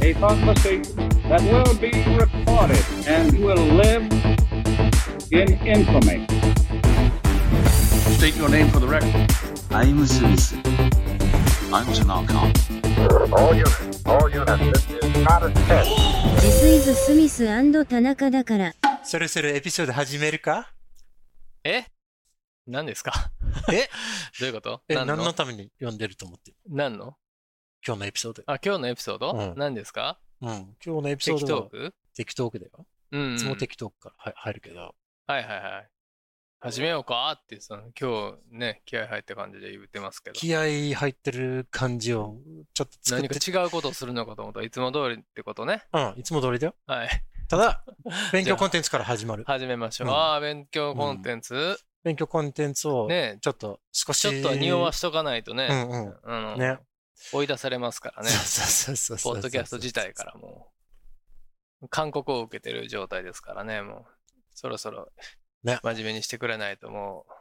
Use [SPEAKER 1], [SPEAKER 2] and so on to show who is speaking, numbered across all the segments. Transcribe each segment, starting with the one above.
[SPEAKER 1] a prophecy that will be recorded and will live in infamy.
[SPEAKER 2] State your name for the record.
[SPEAKER 3] I'm Smith. I'm Tanaka.
[SPEAKER 4] All units, all units, this is not a test.
[SPEAKER 5] This is スミス田中だから。
[SPEAKER 6] それそれエピソード始めるか
[SPEAKER 7] え何ですか
[SPEAKER 6] え
[SPEAKER 7] どういうこと
[SPEAKER 6] え
[SPEAKER 7] 何
[SPEAKER 6] 何
[SPEAKER 7] の
[SPEAKER 6] のために読んでると思ってる
[SPEAKER 7] 何の
[SPEAKER 6] 今日のエピソードよ
[SPEAKER 7] あ、今日のエピソード、
[SPEAKER 6] うん
[SPEAKER 7] 何ですか
[SPEAKER 6] うん。今日のエピ
[SPEAKER 7] テ
[SPEAKER 6] ソ
[SPEAKER 7] キ
[SPEAKER 6] ード
[SPEAKER 7] トー
[SPEAKER 6] は
[SPEAKER 7] ク
[SPEAKER 6] テキトークだよ。
[SPEAKER 7] うん、うん。
[SPEAKER 6] いつもテキトークからはい入るけど。
[SPEAKER 7] はいはいはい。始めようかってその、今日ね、気合入った感じで言ってますけど。
[SPEAKER 6] 気合入ってる感じをちょっと作
[SPEAKER 7] 何
[SPEAKER 6] っ
[SPEAKER 7] か
[SPEAKER 6] て。
[SPEAKER 7] 違うことをするのかと思ったらいつも通りってことね。
[SPEAKER 6] うん、いつも通りだよ。
[SPEAKER 7] はい。
[SPEAKER 6] た だ、勉
[SPEAKER 7] じ
[SPEAKER 6] 強
[SPEAKER 7] ゃあ
[SPEAKER 6] コンテンツから始まる。
[SPEAKER 7] 始めましょう。
[SPEAKER 6] うん
[SPEAKER 7] ああ、勉強コンテンツ、
[SPEAKER 6] 勉強コンテンツを
[SPEAKER 7] ね
[SPEAKER 6] ちょっと少し。
[SPEAKER 7] ちょっとは匂わしとかないと
[SPEAKER 6] う
[SPEAKER 7] ね、
[SPEAKER 6] んうん。
[SPEAKER 7] あの
[SPEAKER 6] ね。
[SPEAKER 7] 追い出されますからね。
[SPEAKER 6] そうそうそうそ
[SPEAKER 7] ポ
[SPEAKER 6] う。
[SPEAKER 7] ッドキャスト自体からもう、勧告を受けてる状態ですからね、もう、そろそろ、
[SPEAKER 6] ね
[SPEAKER 7] 真面目にしてくれないともう、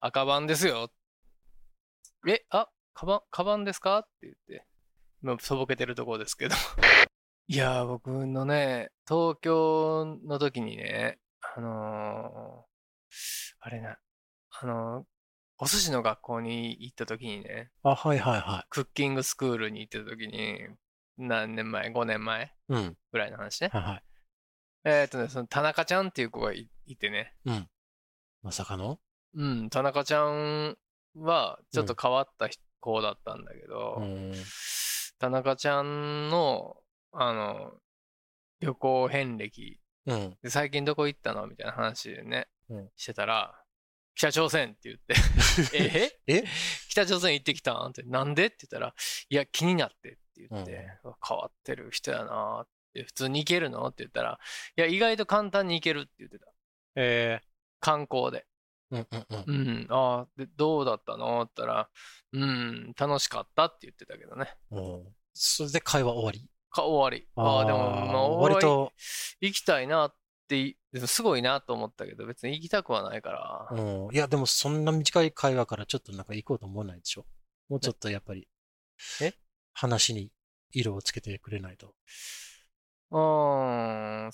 [SPEAKER 7] 赤番ですよ。え、あ、カバン、カバンですかって言って、今、そぼけてるところですけど。 いやー、僕のね、東京の時にね、あのーあれな、あのーお寿司の学校に行った時にね、
[SPEAKER 6] あ、はいはいは
[SPEAKER 7] クッキングスクールに行ってた時に、何年前 ?5 年前
[SPEAKER 6] い。うん。
[SPEAKER 7] ぐらいの話ね。
[SPEAKER 6] はいはい。
[SPEAKER 7] えっ、とね、その田中ちゃんっていう子がいいてね。
[SPEAKER 6] まさかの
[SPEAKER 7] うん、田中ちゃんはちょっと変わったひ子だったんだけど、
[SPEAKER 6] うん。
[SPEAKER 7] 田中ちゃんの、あの、旅行遍歴、
[SPEAKER 6] うん。
[SPEAKER 7] で最近どこ行ったのみたいな話でね、
[SPEAKER 6] うん
[SPEAKER 7] してたら、北朝鮮って言 って、え
[SPEAKER 6] え
[SPEAKER 7] 北朝鮮行ってきたんって、なんでって言ったら、いや、気になってって言って、変わってる人やなって、普通に行けるのって言ったら、いや、意外と簡単に行けるって言ってた。
[SPEAKER 6] え
[SPEAKER 7] 観光で。
[SPEAKER 6] ー。うんうんうん。
[SPEAKER 7] うん、ああ、で、どうだったのって言ったら、うん、楽しかったって言ってたけどね。
[SPEAKER 6] うんそれで会話終わり。
[SPEAKER 7] か、終わり。ああ、でも、まあ、
[SPEAKER 6] 割と、
[SPEAKER 7] 行きたいなってい、でもすごいなと思ったけど、別に行きたくはないから。
[SPEAKER 6] うん、いや、でもそんな短い会話からちょっとなんか行こうと思わないでしょ。もうちょっとやっぱり、
[SPEAKER 7] え
[SPEAKER 6] 話に色をつけてくれないと。
[SPEAKER 7] うーん、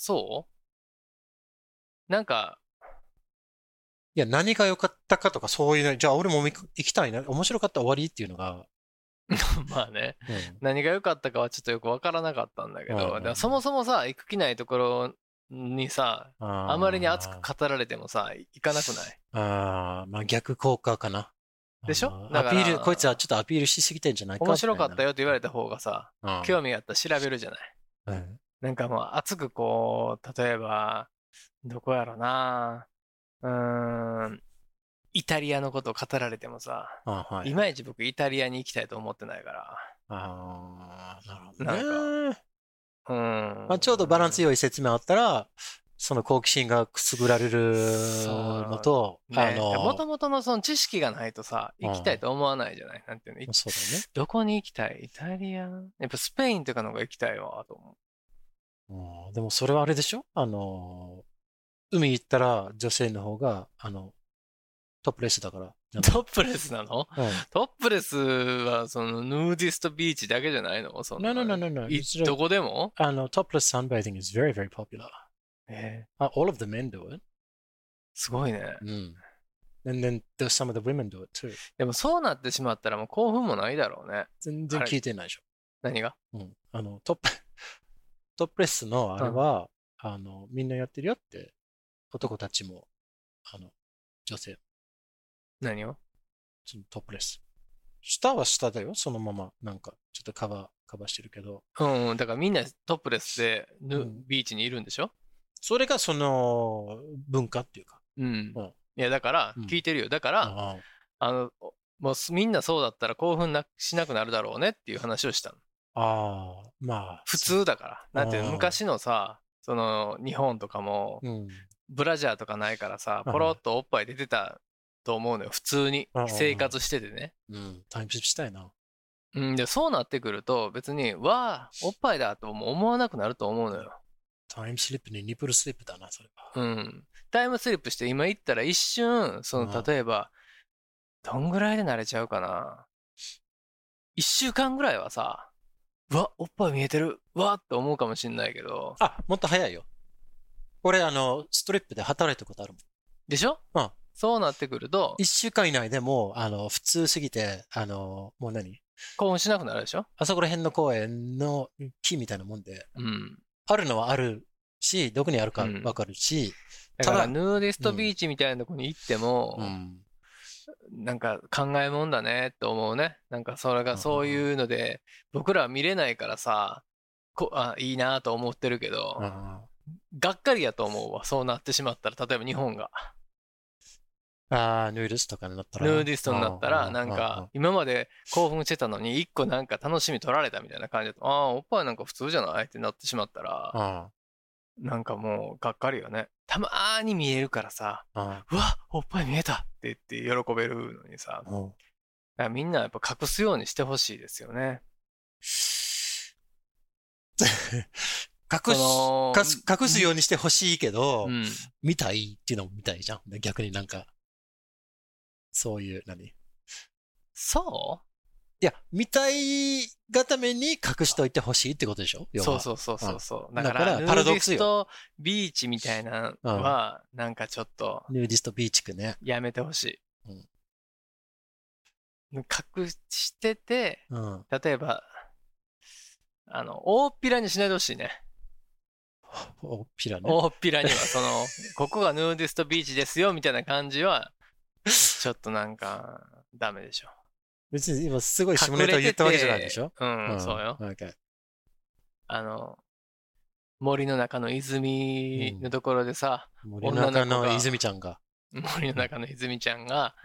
[SPEAKER 7] そうなんか、
[SPEAKER 6] いや、何が良かったかとかそういうの、じゃあ俺も行く行きたいな、面白かったら終わりっていうのが、
[SPEAKER 7] まあね、
[SPEAKER 6] うん
[SPEAKER 7] 何が良かったかはちょっとよくわからなかったんだけ
[SPEAKER 6] うんうん
[SPEAKER 7] ど、
[SPEAKER 6] うん
[SPEAKER 7] でもそもそもさ、行く気ないところにさ、
[SPEAKER 6] あー
[SPEAKER 7] あまりに熱く語られてもさ、行かなくない
[SPEAKER 6] あーまあ逆効果かな。
[SPEAKER 7] でしょ
[SPEAKER 6] あー
[SPEAKER 7] だ
[SPEAKER 6] ア
[SPEAKER 7] から
[SPEAKER 6] ピール、こいつはちょっとアピールしすぎてんじゃないか
[SPEAKER 7] 面白かったよって言われ
[SPEAKER 6] て、
[SPEAKER 7] た方がさ、
[SPEAKER 6] うん
[SPEAKER 7] 興味があったら調べるじゃない。
[SPEAKER 6] うん
[SPEAKER 7] なんかもう熱くこう、例えば、どこやろな、うーん、イタリアのことを語られてもさ、
[SPEAKER 6] あーはい
[SPEAKER 7] いまいち僕イタリアに行きたいと思ってないから。
[SPEAKER 6] あーなるほどね。
[SPEAKER 7] うん
[SPEAKER 6] まあ、ちょうどバランス良い説明あったら、その好奇心がくすぐられるのと、あ
[SPEAKER 7] ね、
[SPEAKER 6] の、
[SPEAKER 7] もともとのその知識がないとさ、
[SPEAKER 6] うん
[SPEAKER 7] 行きたいと思わないじゃない、なんていうのい
[SPEAKER 6] そう
[SPEAKER 7] どこに行きたいイタリアやっぱスペインとかの方が行きたいわ、と 思
[SPEAKER 6] だね、うん。でもそれはあれでしょあの、海行ったら女性の方が、あの、トップレスだから。
[SPEAKER 7] う。トップレスなの
[SPEAKER 6] う
[SPEAKER 7] トップレスは、その、ヌーディストビーチだけじゃないのそ
[SPEAKER 6] ん。
[SPEAKER 7] んな
[SPEAKER 6] no, no, no,
[SPEAKER 7] い
[SPEAKER 6] no, no.
[SPEAKER 7] どこでも
[SPEAKER 6] あの、トップレス sunbathing is very, very popular.
[SPEAKER 7] えー
[SPEAKER 6] Uh, all of the men do it.
[SPEAKER 7] すごいね。
[SPEAKER 6] うん。And then there's some of the women do it too.
[SPEAKER 7] でもそうなってしまったらもう興奮もないだろうね。
[SPEAKER 6] 全然聞いてないでしょ。
[SPEAKER 7] 何が
[SPEAKER 6] うん。あの、トップ、 トップレスのあれは、あの、みんなやってるよって、男たちも、あの、女性、
[SPEAKER 7] 何を
[SPEAKER 6] そのトップレス。下は下だよ、そのまま。なんか、ちょっとカバー、カバーしてるけど。
[SPEAKER 7] うんうん、だからみんなトップレスでヌ、
[SPEAKER 6] うん
[SPEAKER 7] ビーチにいるんでしょ
[SPEAKER 6] それがその文化っていうか。
[SPEAKER 7] うん
[SPEAKER 6] うん。
[SPEAKER 7] いや、だから
[SPEAKER 6] うん、
[SPEAKER 7] 聞いてるよ。だから、
[SPEAKER 6] あ
[SPEAKER 7] あの、もうすみんなそうだったら興奮なしなくなるだろうねっていう話をしたの。
[SPEAKER 6] あー、まあ。
[SPEAKER 7] 普。通だから。だって
[SPEAKER 6] あー
[SPEAKER 7] 昔のさ、その日本とかも
[SPEAKER 6] うん。
[SPEAKER 7] ブラジャーとかないからさ、
[SPEAKER 6] うん
[SPEAKER 7] ポロッとおっぱい出てたと思うのよ。普通に
[SPEAKER 6] うん
[SPEAKER 7] 生活しててね。
[SPEAKER 6] うん。タイムスリップしたいな。
[SPEAKER 7] うん、で、そうなってくると別に、わあ、おっぱいだとも思わなくなると思うのよ。
[SPEAKER 6] タイムスリップにニプルスリップだな、それは。
[SPEAKER 7] うん。タイムスリップして今行ったら一瞬、そ
[SPEAKER 6] うん
[SPEAKER 7] の例えば、どんぐらいで慣れちゃうかな。一週間ぐらいはさ、うわ、おっぱい見えてる。うわって思うかもしんないけど。
[SPEAKER 6] あ、もっと早いよ。俺、あの、ストリップで働いたことあるもん。
[SPEAKER 7] でしょ
[SPEAKER 6] うん
[SPEAKER 7] そうなってくると、
[SPEAKER 6] 一週間以内でもう、あの、普通すぎて、あの、もう何
[SPEAKER 7] 興奮しなくなるでしょ
[SPEAKER 6] あそこら辺の公園の木みたいなもんで、
[SPEAKER 7] うん。
[SPEAKER 6] あるのはあるし、どこにあるか
[SPEAKER 7] うん
[SPEAKER 6] わかるし、
[SPEAKER 7] だか
[SPEAKER 6] た
[SPEAKER 7] ら、
[SPEAKER 6] だ
[SPEAKER 7] ヌーディストビーチみたいなとこに行っても、
[SPEAKER 6] うん
[SPEAKER 7] なんか考えもんだねと思うね。なんかそれ
[SPEAKER 6] うんうんう
[SPEAKER 7] が
[SPEAKER 6] ん
[SPEAKER 7] そういうので、僕らは見れないからさ、こあいいなと思ってるけど、
[SPEAKER 6] あ
[SPEAKER 7] がっかりやと思うわ。そうなってしまったら、例えば日本が
[SPEAKER 6] あー、ヌーディストとかになったら。
[SPEAKER 7] ヌーディストになった
[SPEAKER 6] う
[SPEAKER 7] ら、
[SPEAKER 6] う
[SPEAKER 7] なん
[SPEAKER 6] う
[SPEAKER 7] か
[SPEAKER 6] う
[SPEAKER 7] 今まで興奮してたのに、一個なんか楽しみ取られたみたいな感じだと、ああ、おっぱいなんか普通じゃないってなってしまったら、
[SPEAKER 6] あ
[SPEAKER 7] なんかもうがっかりよね。たまーに見えるからさ、
[SPEAKER 6] ああ
[SPEAKER 7] うわおっぱい見えたって言って喜べるのにさ、だ
[SPEAKER 6] あうん
[SPEAKER 7] からみんなやっぱ隠すようにしてほしいですよね。
[SPEAKER 6] 隠す
[SPEAKER 7] その
[SPEAKER 6] 隠す、隠すようにしてほしいけど、
[SPEAKER 7] うん、
[SPEAKER 6] 見たいっていうのも見たいじゃん。で逆になんか、そういう、何い
[SPEAKER 7] そ
[SPEAKER 6] や、見たいがために隠しといてほしいってことでしょ
[SPEAKER 7] うそう
[SPEAKER 6] う。
[SPEAKER 7] そうそうそうそう。
[SPEAKER 6] う
[SPEAKER 7] だ
[SPEAKER 6] ん
[SPEAKER 7] から、
[SPEAKER 6] だから
[SPEAKER 7] パ
[SPEAKER 6] パ
[SPEAKER 7] ラ
[SPEAKER 6] ラ
[SPEAKER 7] ド
[SPEAKER 6] ドッ
[SPEAKER 7] ック
[SPEAKER 6] クスよ
[SPEAKER 7] とビーチみたいなのは、なんかちょっと
[SPEAKER 6] ヌーディストビーチ区ね。
[SPEAKER 7] やめてほしい。隠してて、
[SPEAKER 6] うん。
[SPEAKER 7] 例えば、あの、大っぴらにしないでほしいね。
[SPEAKER 6] おピラね。
[SPEAKER 7] 大っぴ らには、その、ここがヌーディストビーチですよ、みたいな感じは、ちょっとなんか、ダメでしょ。
[SPEAKER 6] 別に今すごい下
[SPEAKER 7] 隠
[SPEAKER 6] ネ
[SPEAKER 7] れて
[SPEAKER 6] タ
[SPEAKER 7] て
[SPEAKER 6] 言ったわけじゃないでしょ
[SPEAKER 7] うん、そうよ。。
[SPEAKER 6] なんか
[SPEAKER 7] あの、森の中の泉のところでさ、
[SPEAKER 6] 森の中
[SPEAKER 7] 女の子
[SPEAKER 6] の
[SPEAKER 7] が
[SPEAKER 6] 泉ちゃんが。
[SPEAKER 7] 森の中の泉ちゃんが、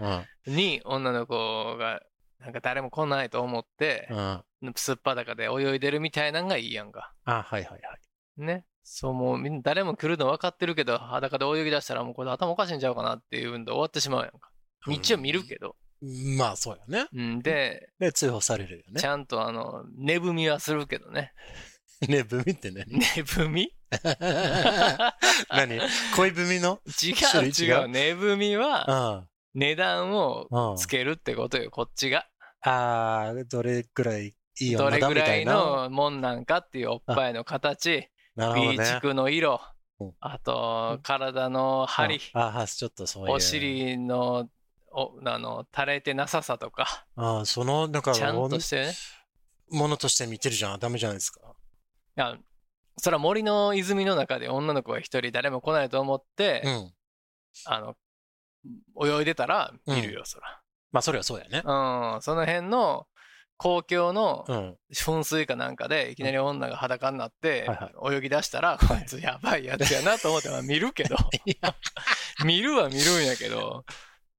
[SPEAKER 6] うん。
[SPEAKER 7] に女の子が、なんか誰も来ないと思って
[SPEAKER 6] うん。、あ、
[SPEAKER 7] すっぱだかで泳いでるみたいなんがいいやんか。
[SPEAKER 6] はいはいはい。
[SPEAKER 7] ね。そう、もうみんな誰も来るの分かってるけど、裸で泳ぎ出したらもうこれ頭おかしいんちゃうかなっていうんで終わってしまうやんか。一応見るけど。
[SPEAKER 6] うんまあそうよね。
[SPEAKER 7] うん、で、
[SPEAKER 6] で、通報されるよね
[SPEAKER 7] ち。ゃんとあの、寝踏みはするけどね。
[SPEAKER 6] ね、ブミって 何
[SPEAKER 7] 寝 踏み
[SPEAKER 6] 何恋ブミの
[SPEAKER 7] 違
[SPEAKER 6] 種
[SPEAKER 7] う
[SPEAKER 6] 類
[SPEAKER 7] 違
[SPEAKER 6] 違
[SPEAKER 7] う。
[SPEAKER 6] う
[SPEAKER 7] 寝踏み
[SPEAKER 6] う
[SPEAKER 7] は
[SPEAKER 6] ん。
[SPEAKER 7] 値段を
[SPEAKER 6] うん。
[SPEAKER 7] つけるってことよ、こっちが。
[SPEAKER 6] ああ、どれぐらいいい
[SPEAKER 7] ど
[SPEAKER 6] 女
[SPEAKER 7] れ
[SPEAKER 6] だ
[SPEAKER 7] ぐ
[SPEAKER 6] みた
[SPEAKER 7] らい
[SPEAKER 6] いな。
[SPEAKER 7] のもんなんかっていうおっぱいの形、
[SPEAKER 6] なるほど
[SPEAKER 7] ビ
[SPEAKER 6] ね。
[SPEAKER 7] ーチ区の色
[SPEAKER 6] うん、
[SPEAKER 7] あと体の張り、
[SPEAKER 6] ああ、ちょっとそういう。
[SPEAKER 7] お。尻のおあの垂れてなささと か、
[SPEAKER 6] ああ、その、だから、
[SPEAKER 7] ちゃんとしてね。
[SPEAKER 6] ものとして見てるじゃん。ダメじゃないですか。
[SPEAKER 7] いやそれは森の泉の中で女の子が一人誰も来ないと思って、
[SPEAKER 6] うん。
[SPEAKER 7] あの泳いでたら見るよ、そ
[SPEAKER 6] まあ、それはそうやね。
[SPEAKER 7] ら。うん、その辺の公共の
[SPEAKER 6] うん。
[SPEAKER 7] 噴水かなんかでいきなり女が裸になって
[SPEAKER 6] はい
[SPEAKER 7] 泳ぎ出したらこいつやばいやつやなと思ってまあ見 るけど 見るは見るんやけど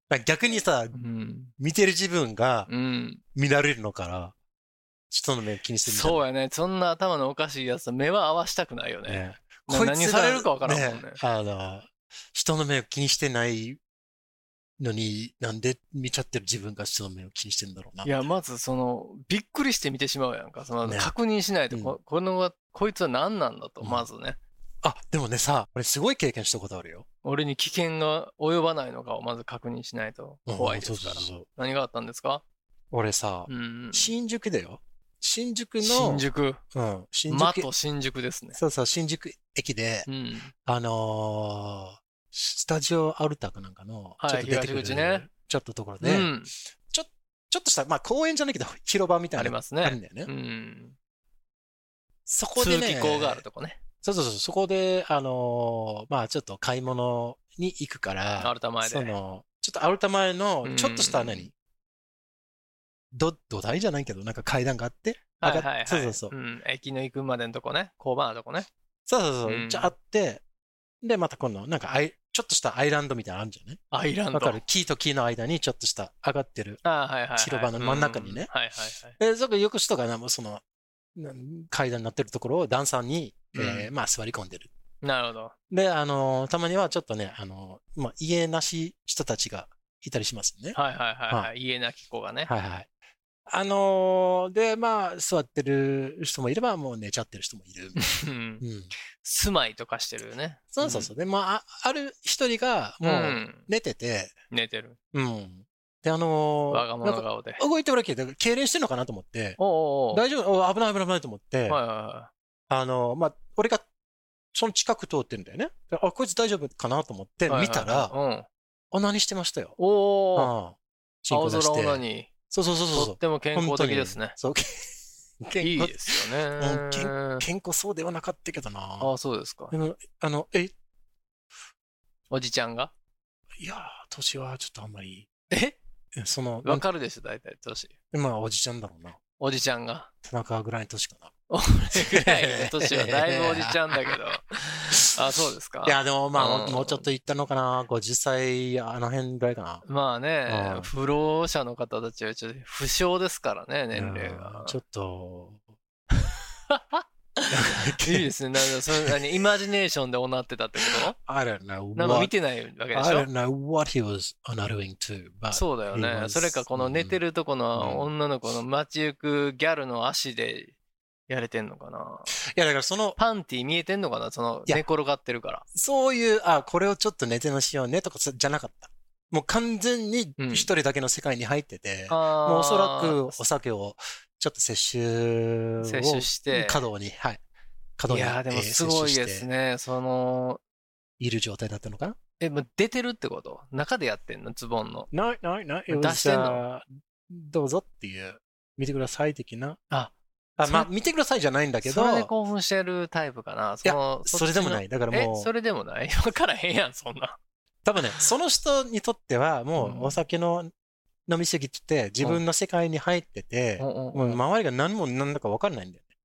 [SPEAKER 6] だから逆にさ
[SPEAKER 7] う、ん、
[SPEAKER 6] 見てる自分が
[SPEAKER 7] うん、
[SPEAKER 6] 見られるのから、人の目気にしてみたいな
[SPEAKER 7] そうやねそんな頭のおかしいやつと目は合わしたくないよね
[SPEAKER 6] ね。
[SPEAKER 7] な
[SPEAKER 6] こいつが
[SPEAKER 7] 何されるかわからんもんね
[SPEAKER 6] あの、人の目を気にしてないのに、なんで見ちゃってる自分が人の目を気にしてんだろうな。
[SPEAKER 7] いやまずそのびっくりして見てしまうやんかその
[SPEAKER 6] ね
[SPEAKER 7] 確認しないと
[SPEAKER 6] うん
[SPEAKER 7] こ,、この子こいつは何なんだと
[SPEAKER 6] うん
[SPEAKER 7] まずね
[SPEAKER 6] あ、でもねさ、俺すごい経験したことあるよ。
[SPEAKER 7] 俺に危険が及ばないのかをまず確認しないと
[SPEAKER 6] うん
[SPEAKER 7] 怖いですから
[SPEAKER 6] そうそうそう
[SPEAKER 7] 何があったんですか、
[SPEAKER 6] 俺さ、
[SPEAKER 7] うん、
[SPEAKER 6] 新宿だよ。新宿の、
[SPEAKER 7] 新宿
[SPEAKER 6] うん、新
[SPEAKER 7] マ
[SPEAKER 6] 宿
[SPEAKER 7] と新宿ですね
[SPEAKER 6] そうそう、新宿駅で、
[SPEAKER 7] うん
[SPEAKER 6] あのースタジオアルタかなんかの、
[SPEAKER 7] はい
[SPEAKER 6] ちょっと出てくる、
[SPEAKER 7] 東口ね
[SPEAKER 6] ちょっとところ
[SPEAKER 7] う
[SPEAKER 6] で、
[SPEAKER 7] ん、
[SPEAKER 6] ちょっとした、まあ公園じゃないけど、広場みたいなの
[SPEAKER 7] ありますね
[SPEAKER 6] あるんだよね。
[SPEAKER 7] うん、
[SPEAKER 6] そこで
[SPEAKER 7] 通
[SPEAKER 6] ね、
[SPEAKER 7] 気口があるとこね、
[SPEAKER 6] そうそうそう、そこで、あのーまあちょっと買い物に行くから、
[SPEAKER 7] アルタ前で
[SPEAKER 6] そ。の、ちょっとアルタ前の
[SPEAKER 7] う、ん
[SPEAKER 6] ちょっとした何、ど、土台じゃないけど、なんか階段があって、
[SPEAKER 7] はいは
[SPEAKER 6] 上
[SPEAKER 7] い
[SPEAKER 6] がっ
[SPEAKER 7] はい、
[SPEAKER 6] そうそうそう。
[SPEAKER 7] ん。駅の行くまでのとこね、交番のとこね。
[SPEAKER 6] そうそうそう、
[SPEAKER 7] うん
[SPEAKER 6] じゃああって、で、また今度、なんかアイ、ちょっとしたアイランドみたいなのあるんじゃない
[SPEAKER 7] アイランド。
[SPEAKER 6] わかる木と木の間にちょっとした上がってる。
[SPEAKER 7] ああはいはいはい、
[SPEAKER 6] 広場の真ん中にね
[SPEAKER 7] うはいはいはい。
[SPEAKER 6] えそこよく人がな、もうその、なん階段になってるところを段差に、えー
[SPEAKER 7] う
[SPEAKER 6] まあ座り込んでる。
[SPEAKER 7] なるほど。
[SPEAKER 6] で、あのーたまにはちょっとね、あのーまあ家なし人たちがいたりしますね。
[SPEAKER 7] はいはいはい、はい
[SPEAKER 6] は
[SPEAKER 7] 家なき子がね。
[SPEAKER 6] はいはい。あのーで、まあ、座ってる人もいれば、もう寝ちゃってる人もい る。
[SPEAKER 7] うん
[SPEAKER 6] うん。
[SPEAKER 7] 住まいとかしてるよね。
[SPEAKER 6] そうそうそう。で、まあ、あある一人が、
[SPEAKER 7] うん。
[SPEAKER 6] も
[SPEAKER 7] う
[SPEAKER 6] う、
[SPEAKER 7] ん
[SPEAKER 6] 寝てて、
[SPEAKER 7] 寝てる。
[SPEAKER 6] うん。で、あの
[SPEAKER 7] わが
[SPEAKER 6] ー、
[SPEAKER 7] 物
[SPEAKER 6] なんか
[SPEAKER 7] 顔で。
[SPEAKER 6] 動いてるわけで、だから痙攣してんのかなと思って、
[SPEAKER 7] おうおうおう
[SPEAKER 6] 大丈夫、お危ない危ない危ないと思って、
[SPEAKER 7] はいはいは
[SPEAKER 6] あのー、まあ、俺が、その近く通ってんだよね。であ、こいつ大丈夫かなと思って
[SPEAKER 7] いはい。
[SPEAKER 6] 見たら、
[SPEAKER 7] はいはいはいうん。
[SPEAKER 6] オナニーしてましたよ。
[SPEAKER 7] おお。
[SPEAKER 6] ああチンコ
[SPEAKER 7] 青
[SPEAKER 6] 出
[SPEAKER 7] 空
[SPEAKER 6] して。
[SPEAKER 7] 女に、
[SPEAKER 6] そうそうそう
[SPEAKER 7] と
[SPEAKER 6] そ
[SPEAKER 7] っ
[SPEAKER 6] う。
[SPEAKER 7] ても健康的ですね。
[SPEAKER 6] そう、
[SPEAKER 7] い
[SPEAKER 6] 健
[SPEAKER 7] い
[SPEAKER 6] 康
[SPEAKER 7] ですよ
[SPEAKER 6] うん健
[SPEAKER 7] ね。
[SPEAKER 6] 健康そうではなかったけど
[SPEAKER 7] あ
[SPEAKER 6] な。
[SPEAKER 7] あ、そうですか。
[SPEAKER 6] でも、あの、え、
[SPEAKER 7] おじちゃんが
[SPEAKER 6] いやー、年はちょっとあんまり、
[SPEAKER 7] え
[SPEAKER 6] えその、
[SPEAKER 7] わかるでしょ、大体、年。
[SPEAKER 6] まあ、おじちゃんだろうな。
[SPEAKER 7] おじちゃ んが。
[SPEAKER 6] 田中ぐらいの年かな。
[SPEAKER 7] ぐらいの年はだいぶおじちゃんだ けど。あ、そうですか
[SPEAKER 6] い。や、でもまあ、も
[SPEAKER 7] う
[SPEAKER 6] うんもうちょっといったのかな。50歳、あの辺ぐらいかな。
[SPEAKER 7] まあ
[SPEAKER 6] う
[SPEAKER 7] ね
[SPEAKER 6] ん、
[SPEAKER 7] 不老者の方たちはちょっと不詳ですからね、年齢
[SPEAKER 6] う
[SPEAKER 7] が
[SPEAKER 6] ん。ちょっと、
[SPEAKER 7] いいですね。なんかそれ何イマジネーションでおなってたってこ
[SPEAKER 6] I don't know
[SPEAKER 7] となんか見
[SPEAKER 6] what,
[SPEAKER 7] てないわけで
[SPEAKER 6] I
[SPEAKER 7] しょ
[SPEAKER 6] don't know what he was undoing to, but
[SPEAKER 7] そうだよ
[SPEAKER 6] い
[SPEAKER 7] ね
[SPEAKER 6] ま。す
[SPEAKER 7] それかこの寝てるとこの
[SPEAKER 6] うん
[SPEAKER 7] 女の子の街行くギャルの足でやれてんのかな。
[SPEAKER 6] いや、だからその、
[SPEAKER 7] パンティ見えてんのかなその
[SPEAKER 6] いや
[SPEAKER 7] 寝転がってるから。
[SPEAKER 6] そういう、あ、これをちょっと寝てのしようねとかそじゃなかった。もう完全に
[SPEAKER 7] うん
[SPEAKER 6] 一人だけの世界に入ってて、も
[SPEAKER 7] も
[SPEAKER 6] うおそらくお酒をちょっと摂取を
[SPEAKER 7] 摂取して
[SPEAKER 6] 過度に、はい。過度
[SPEAKER 7] い
[SPEAKER 6] に、
[SPEAKER 7] やーでもすごいです
[SPEAKER 6] ね。
[SPEAKER 7] ね。その、
[SPEAKER 6] いる状態だったのかな
[SPEAKER 7] え、もう出てるってこと中でやってんのズボンの。
[SPEAKER 6] ないないない。
[SPEAKER 7] it was, 出してんの
[SPEAKER 6] どうぞっていう、見てください的な。
[SPEAKER 7] あ、
[SPEAKER 6] あ
[SPEAKER 7] それ
[SPEAKER 6] まあ、見てくださいじゃないんだけど
[SPEAKER 7] そ、れで興奮してるタイプかな。その。
[SPEAKER 6] それでもないい。だから
[SPEAKER 7] え
[SPEAKER 6] も、う
[SPEAKER 7] そ、れでもない わからへんやん、そんな。
[SPEAKER 6] 多分ね、その人にとっては、も
[SPEAKER 7] うん
[SPEAKER 6] うお酒の飲みすぎてて、自分の世界に入ってて、もう周りが何も何だか分かんないんだよね。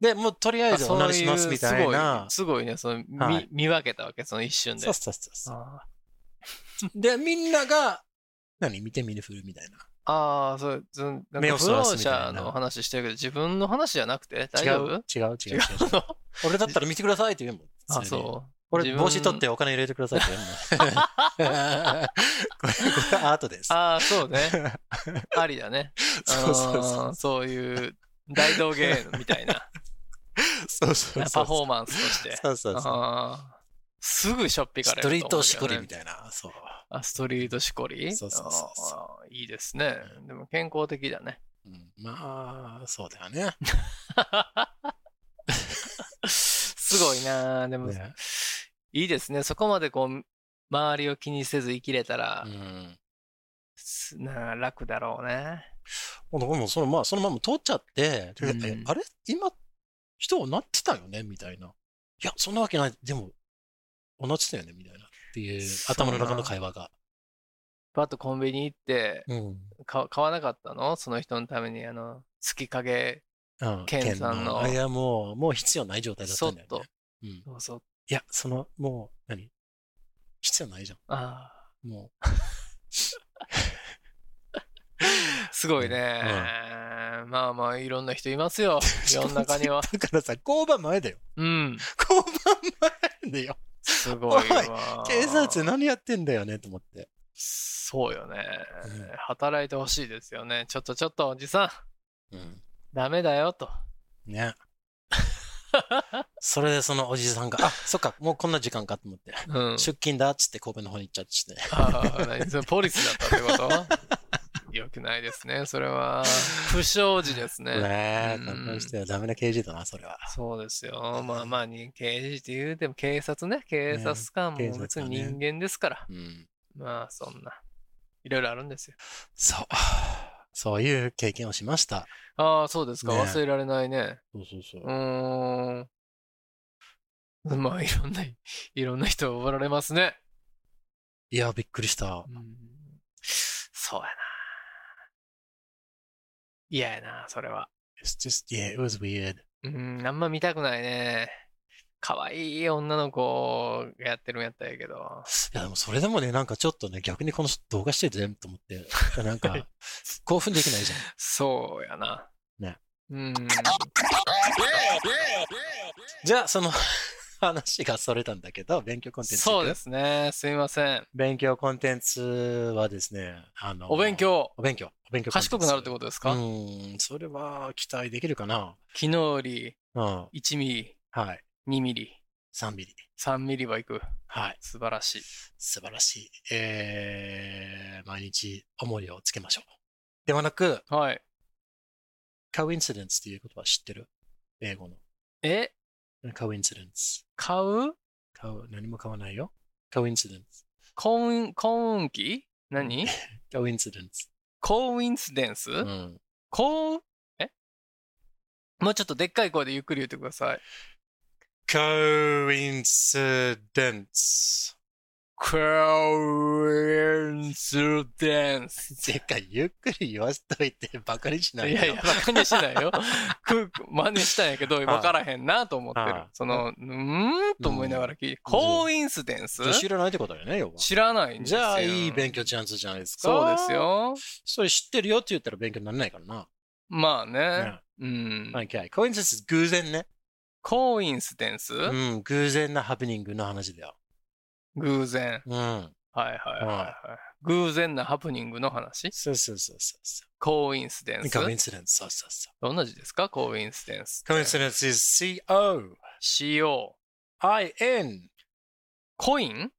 [SPEAKER 6] で、もうとりあえ
[SPEAKER 7] あ
[SPEAKER 6] ず
[SPEAKER 7] そ
[SPEAKER 6] おな
[SPEAKER 7] う
[SPEAKER 6] りしますみたいな。
[SPEAKER 7] すごい、すごいね、その、み
[SPEAKER 6] はい
[SPEAKER 7] 見分けたわけ、その一瞬で
[SPEAKER 6] そう。そうそうそう。
[SPEAKER 7] あ
[SPEAKER 6] で、みんなが、何見て見ぬふるみたいな。
[SPEAKER 7] ーあー、そう、ずんなん
[SPEAKER 6] 目を
[SPEAKER 7] か不
[SPEAKER 6] そら
[SPEAKER 7] 老
[SPEAKER 6] すみたいな
[SPEAKER 7] 者の話してるけど、自分の話じゃなくて大
[SPEAKER 6] 違
[SPEAKER 7] 丈
[SPEAKER 6] う
[SPEAKER 7] 夫
[SPEAKER 6] 違う違う違う。
[SPEAKER 7] の
[SPEAKER 6] 俺だったら見てくださいって言うもん。
[SPEAKER 7] あ、
[SPEAKER 6] 普通に
[SPEAKER 7] そう。
[SPEAKER 6] 俺、
[SPEAKER 7] 自分
[SPEAKER 6] 帽子取ってお金入れてくださいって言うもん。 これ、これアートです。
[SPEAKER 7] ああ、そうね。 ありだね。
[SPEAKER 6] そうそうそう
[SPEAKER 7] あーそういう大道芸み たいな
[SPEAKER 6] そうそうそう。
[SPEAKER 7] パフォーマンスとして。
[SPEAKER 6] そうそうそう。
[SPEAKER 7] あーすぐショッピか
[SPEAKER 6] ス
[SPEAKER 7] れる
[SPEAKER 6] ト
[SPEAKER 7] と
[SPEAKER 6] リート
[SPEAKER 7] 思うけどね
[SPEAKER 6] しこりみたいな。そう。
[SPEAKER 7] あ、ストリートしこり
[SPEAKER 6] そうそうそうそう
[SPEAKER 7] あーいいですね。でも健康的だね。
[SPEAKER 6] うんまあ、そうだよね。
[SPEAKER 7] すごいなーでも、
[SPEAKER 6] ね
[SPEAKER 7] いいですね。そこまでこう、周りを気にせず生きれたら、
[SPEAKER 6] うん。
[SPEAKER 7] すなー楽だろうね。
[SPEAKER 6] もうだからもうそのまあ、そのまま通っちゃって、で
[SPEAKER 7] うん
[SPEAKER 6] えあれ今、人はなってたよねみたいな。いや、そんなわけない。でも、同じだよねみたいな。っていう、
[SPEAKER 7] そう
[SPEAKER 6] 頭
[SPEAKER 7] な
[SPEAKER 6] の中の会話が。
[SPEAKER 7] パッとコンビニ行って、
[SPEAKER 6] うん。うん。
[SPEAKER 7] か買わなかったのその人のために、あの、月影、ケン
[SPEAKER 6] 剣
[SPEAKER 7] さんの
[SPEAKER 6] いや、もう、もう必要ない状態だっ
[SPEAKER 7] そ
[SPEAKER 6] た
[SPEAKER 7] っ
[SPEAKER 6] んだよ
[SPEAKER 7] と
[SPEAKER 6] ね。。うん。い
[SPEAKER 7] そうそう。
[SPEAKER 6] や、その、もう、何必要ないじゃ
[SPEAKER 7] ああ。
[SPEAKER 6] ん。も
[SPEAKER 7] すごいね、まあまあ、いろんな人いま すよ。
[SPEAKER 6] う。
[SPEAKER 7] 世の中には。
[SPEAKER 6] だからさ、交番前だよ。
[SPEAKER 7] うん。
[SPEAKER 6] 交番前だよ。
[SPEAKER 7] すごいわ。
[SPEAKER 6] 警察何やってんだよねと思って。
[SPEAKER 7] そうよね
[SPEAKER 6] うん。
[SPEAKER 7] 働いてほしいですよね。ちょっとちょっと、おじさん、
[SPEAKER 6] うん。
[SPEAKER 7] ダメだよと。
[SPEAKER 6] ね。 それでそのおじさんが、あ、そっか、もうこんな時間かと思って、
[SPEAKER 7] うん。
[SPEAKER 6] 出勤だっつって神戸の方に行っちゃってして。
[SPEAKER 7] ああ、何それポリスだった ってことよくないですね。それは、不祥事ですね。
[SPEAKER 6] ねえ、
[SPEAKER 7] うん
[SPEAKER 6] この人はダメな刑事だな、それは。
[SPEAKER 7] そうですよ。まあまあに、刑事って言うても警察ね、警察官
[SPEAKER 6] ね
[SPEAKER 7] も別に
[SPEAKER 6] 警察
[SPEAKER 7] 人
[SPEAKER 6] 官
[SPEAKER 7] 間ですから。
[SPEAKER 6] うん。
[SPEAKER 7] まあそんな。いろいろあるんですよ。
[SPEAKER 6] そう。 そういう経験をしました。
[SPEAKER 7] ああ、そうですか。
[SPEAKER 6] ね
[SPEAKER 7] 忘れられないね。
[SPEAKER 6] そうそうそう
[SPEAKER 7] うーん。まあいろんな、いろんな人おられますね。
[SPEAKER 6] いや、びっくりした
[SPEAKER 7] う。ん、そうやな。嫌やな、それは。
[SPEAKER 6] It's just, yeah, it was weird.
[SPEAKER 7] うん、あんま見たくないね。可愛い女の子がやってるんやったらええけど。
[SPEAKER 6] いや、でもそれでもね、なんかちょっとね、逆にこの人動画しててと思って、なんか、興奮できないじゃん。
[SPEAKER 7] そうやな。
[SPEAKER 6] ね。
[SPEAKER 7] うん。
[SPEAKER 6] じゃあ、その 話がそれたんだけど、勉強コンテンツ。
[SPEAKER 7] そうで。すね。すみません。
[SPEAKER 6] 勉強コンテンツはですね、あの、
[SPEAKER 7] お勉強、
[SPEAKER 6] お勉強。お勉強コンテンツ。
[SPEAKER 7] 賢くなるってことですか、
[SPEAKER 6] うーん、それは期待できるかな。
[SPEAKER 7] 昨日より
[SPEAKER 6] うん。
[SPEAKER 7] 1ミリ、
[SPEAKER 6] はい。
[SPEAKER 7] 2ミリ、
[SPEAKER 6] 3ミリ。
[SPEAKER 7] 3ミリは行く。
[SPEAKER 6] はい。
[SPEAKER 7] 素晴らしい。
[SPEAKER 6] 素晴らしい。えー、毎日重りをつけましょう。ではなく、
[SPEAKER 7] はい。
[SPEAKER 6] coincidence っていう言葉知ってる英語の。
[SPEAKER 7] え
[SPEAKER 6] coincidence。
[SPEAKER 7] 買う
[SPEAKER 6] 買う、何も買わないよ。coincidence。
[SPEAKER 7] 幸運、幸運期何
[SPEAKER 6] coincidence。
[SPEAKER 7] コインシデンス
[SPEAKER 6] うん。
[SPEAKER 7] コウえもうちょっとでっかい声でゆっくり言ってください。
[SPEAKER 6] coincidence。
[SPEAKER 7] コインシデンス。
[SPEAKER 6] てか、ゆっくり言わせといて、バカにし
[SPEAKER 7] い
[SPEAKER 6] ないでよ
[SPEAKER 7] やいや、バカにしない よ。く真似したんやけど、分からへんなと思って
[SPEAKER 6] は
[SPEAKER 7] る
[SPEAKER 6] い。
[SPEAKER 7] その、うーんと思いながら聞いて、コインシデンス
[SPEAKER 6] 知らないってことだよね、要は。
[SPEAKER 7] 知らないんです
[SPEAKER 6] じ
[SPEAKER 7] よ。
[SPEAKER 6] ゃあ、いい勉強チャンスじゃないですか。
[SPEAKER 7] そうです。よ。
[SPEAKER 6] それ知ってるよって言ったら勉強にならないからな。
[SPEAKER 7] まあね
[SPEAKER 6] ね。
[SPEAKER 7] うん。
[SPEAKER 6] Okay. coincidence 偶然ね。
[SPEAKER 7] コインシデンス
[SPEAKER 6] うん、偶然なハプニングの話だよ。
[SPEAKER 7] 偶然。
[SPEAKER 6] うん。
[SPEAKER 7] はいはいはいはい。偶然なハプニングの話
[SPEAKER 6] そうそうそうそうそ
[SPEAKER 7] コインシデ
[SPEAKER 6] う。
[SPEAKER 7] ンス
[SPEAKER 6] coincidence そうそうそう。
[SPEAKER 7] どんな字ですかコインシデンス。
[SPEAKER 6] coincidence is C-O-I-N
[SPEAKER 7] コイン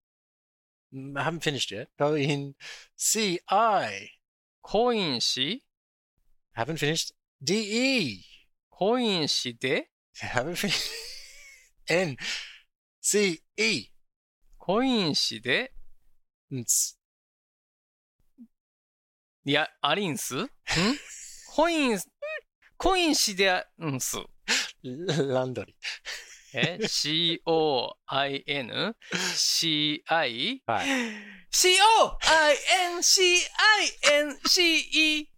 [SPEAKER 6] I haven't finished yet. Coin C-I
[SPEAKER 7] コインし
[SPEAKER 6] haven't finished D-E
[SPEAKER 7] コインしで
[SPEAKER 6] haven't finished N C-E
[SPEAKER 7] コインしで
[SPEAKER 6] It's-
[SPEAKER 7] いや、アリンスんコイン、コインしでアリンス。
[SPEAKER 6] ランドリ
[SPEAKER 7] え ?C-O-I-N C-I
[SPEAKER 6] ー。はい。
[SPEAKER 7] C-O-I-N-C-I-N-C-E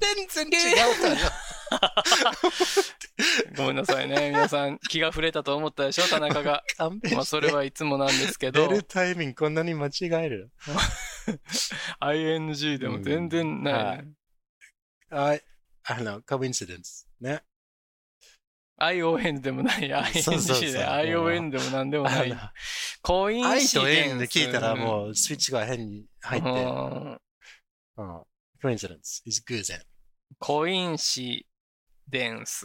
[SPEAKER 7] 全然違うごめんなさいね。皆さん気が触れたと思ったでしょ田中が。
[SPEAKER 6] 勘弁して。
[SPEAKER 7] まあそれはいつもなんですけ
[SPEAKER 6] 出
[SPEAKER 7] ど、
[SPEAKER 6] るタイミングこんなに間違える
[SPEAKER 7] ING でも全然ない、ね
[SPEAKER 6] はい。あの、coincidence ね。
[SPEAKER 7] ION でもない。
[SPEAKER 6] そうそうそう
[SPEAKER 7] ING で ION でもなんでもな
[SPEAKER 6] あの
[SPEAKER 7] い。コイン
[SPEAKER 6] 愛
[SPEAKER 7] シ
[SPEAKER 6] と
[SPEAKER 7] デン
[SPEAKER 6] 縁
[SPEAKER 7] ス
[SPEAKER 6] で聞いたらもうスイッチが変に入って、
[SPEAKER 7] うん
[SPEAKER 6] うん、coincidence is 偶然。
[SPEAKER 7] コインシデンス。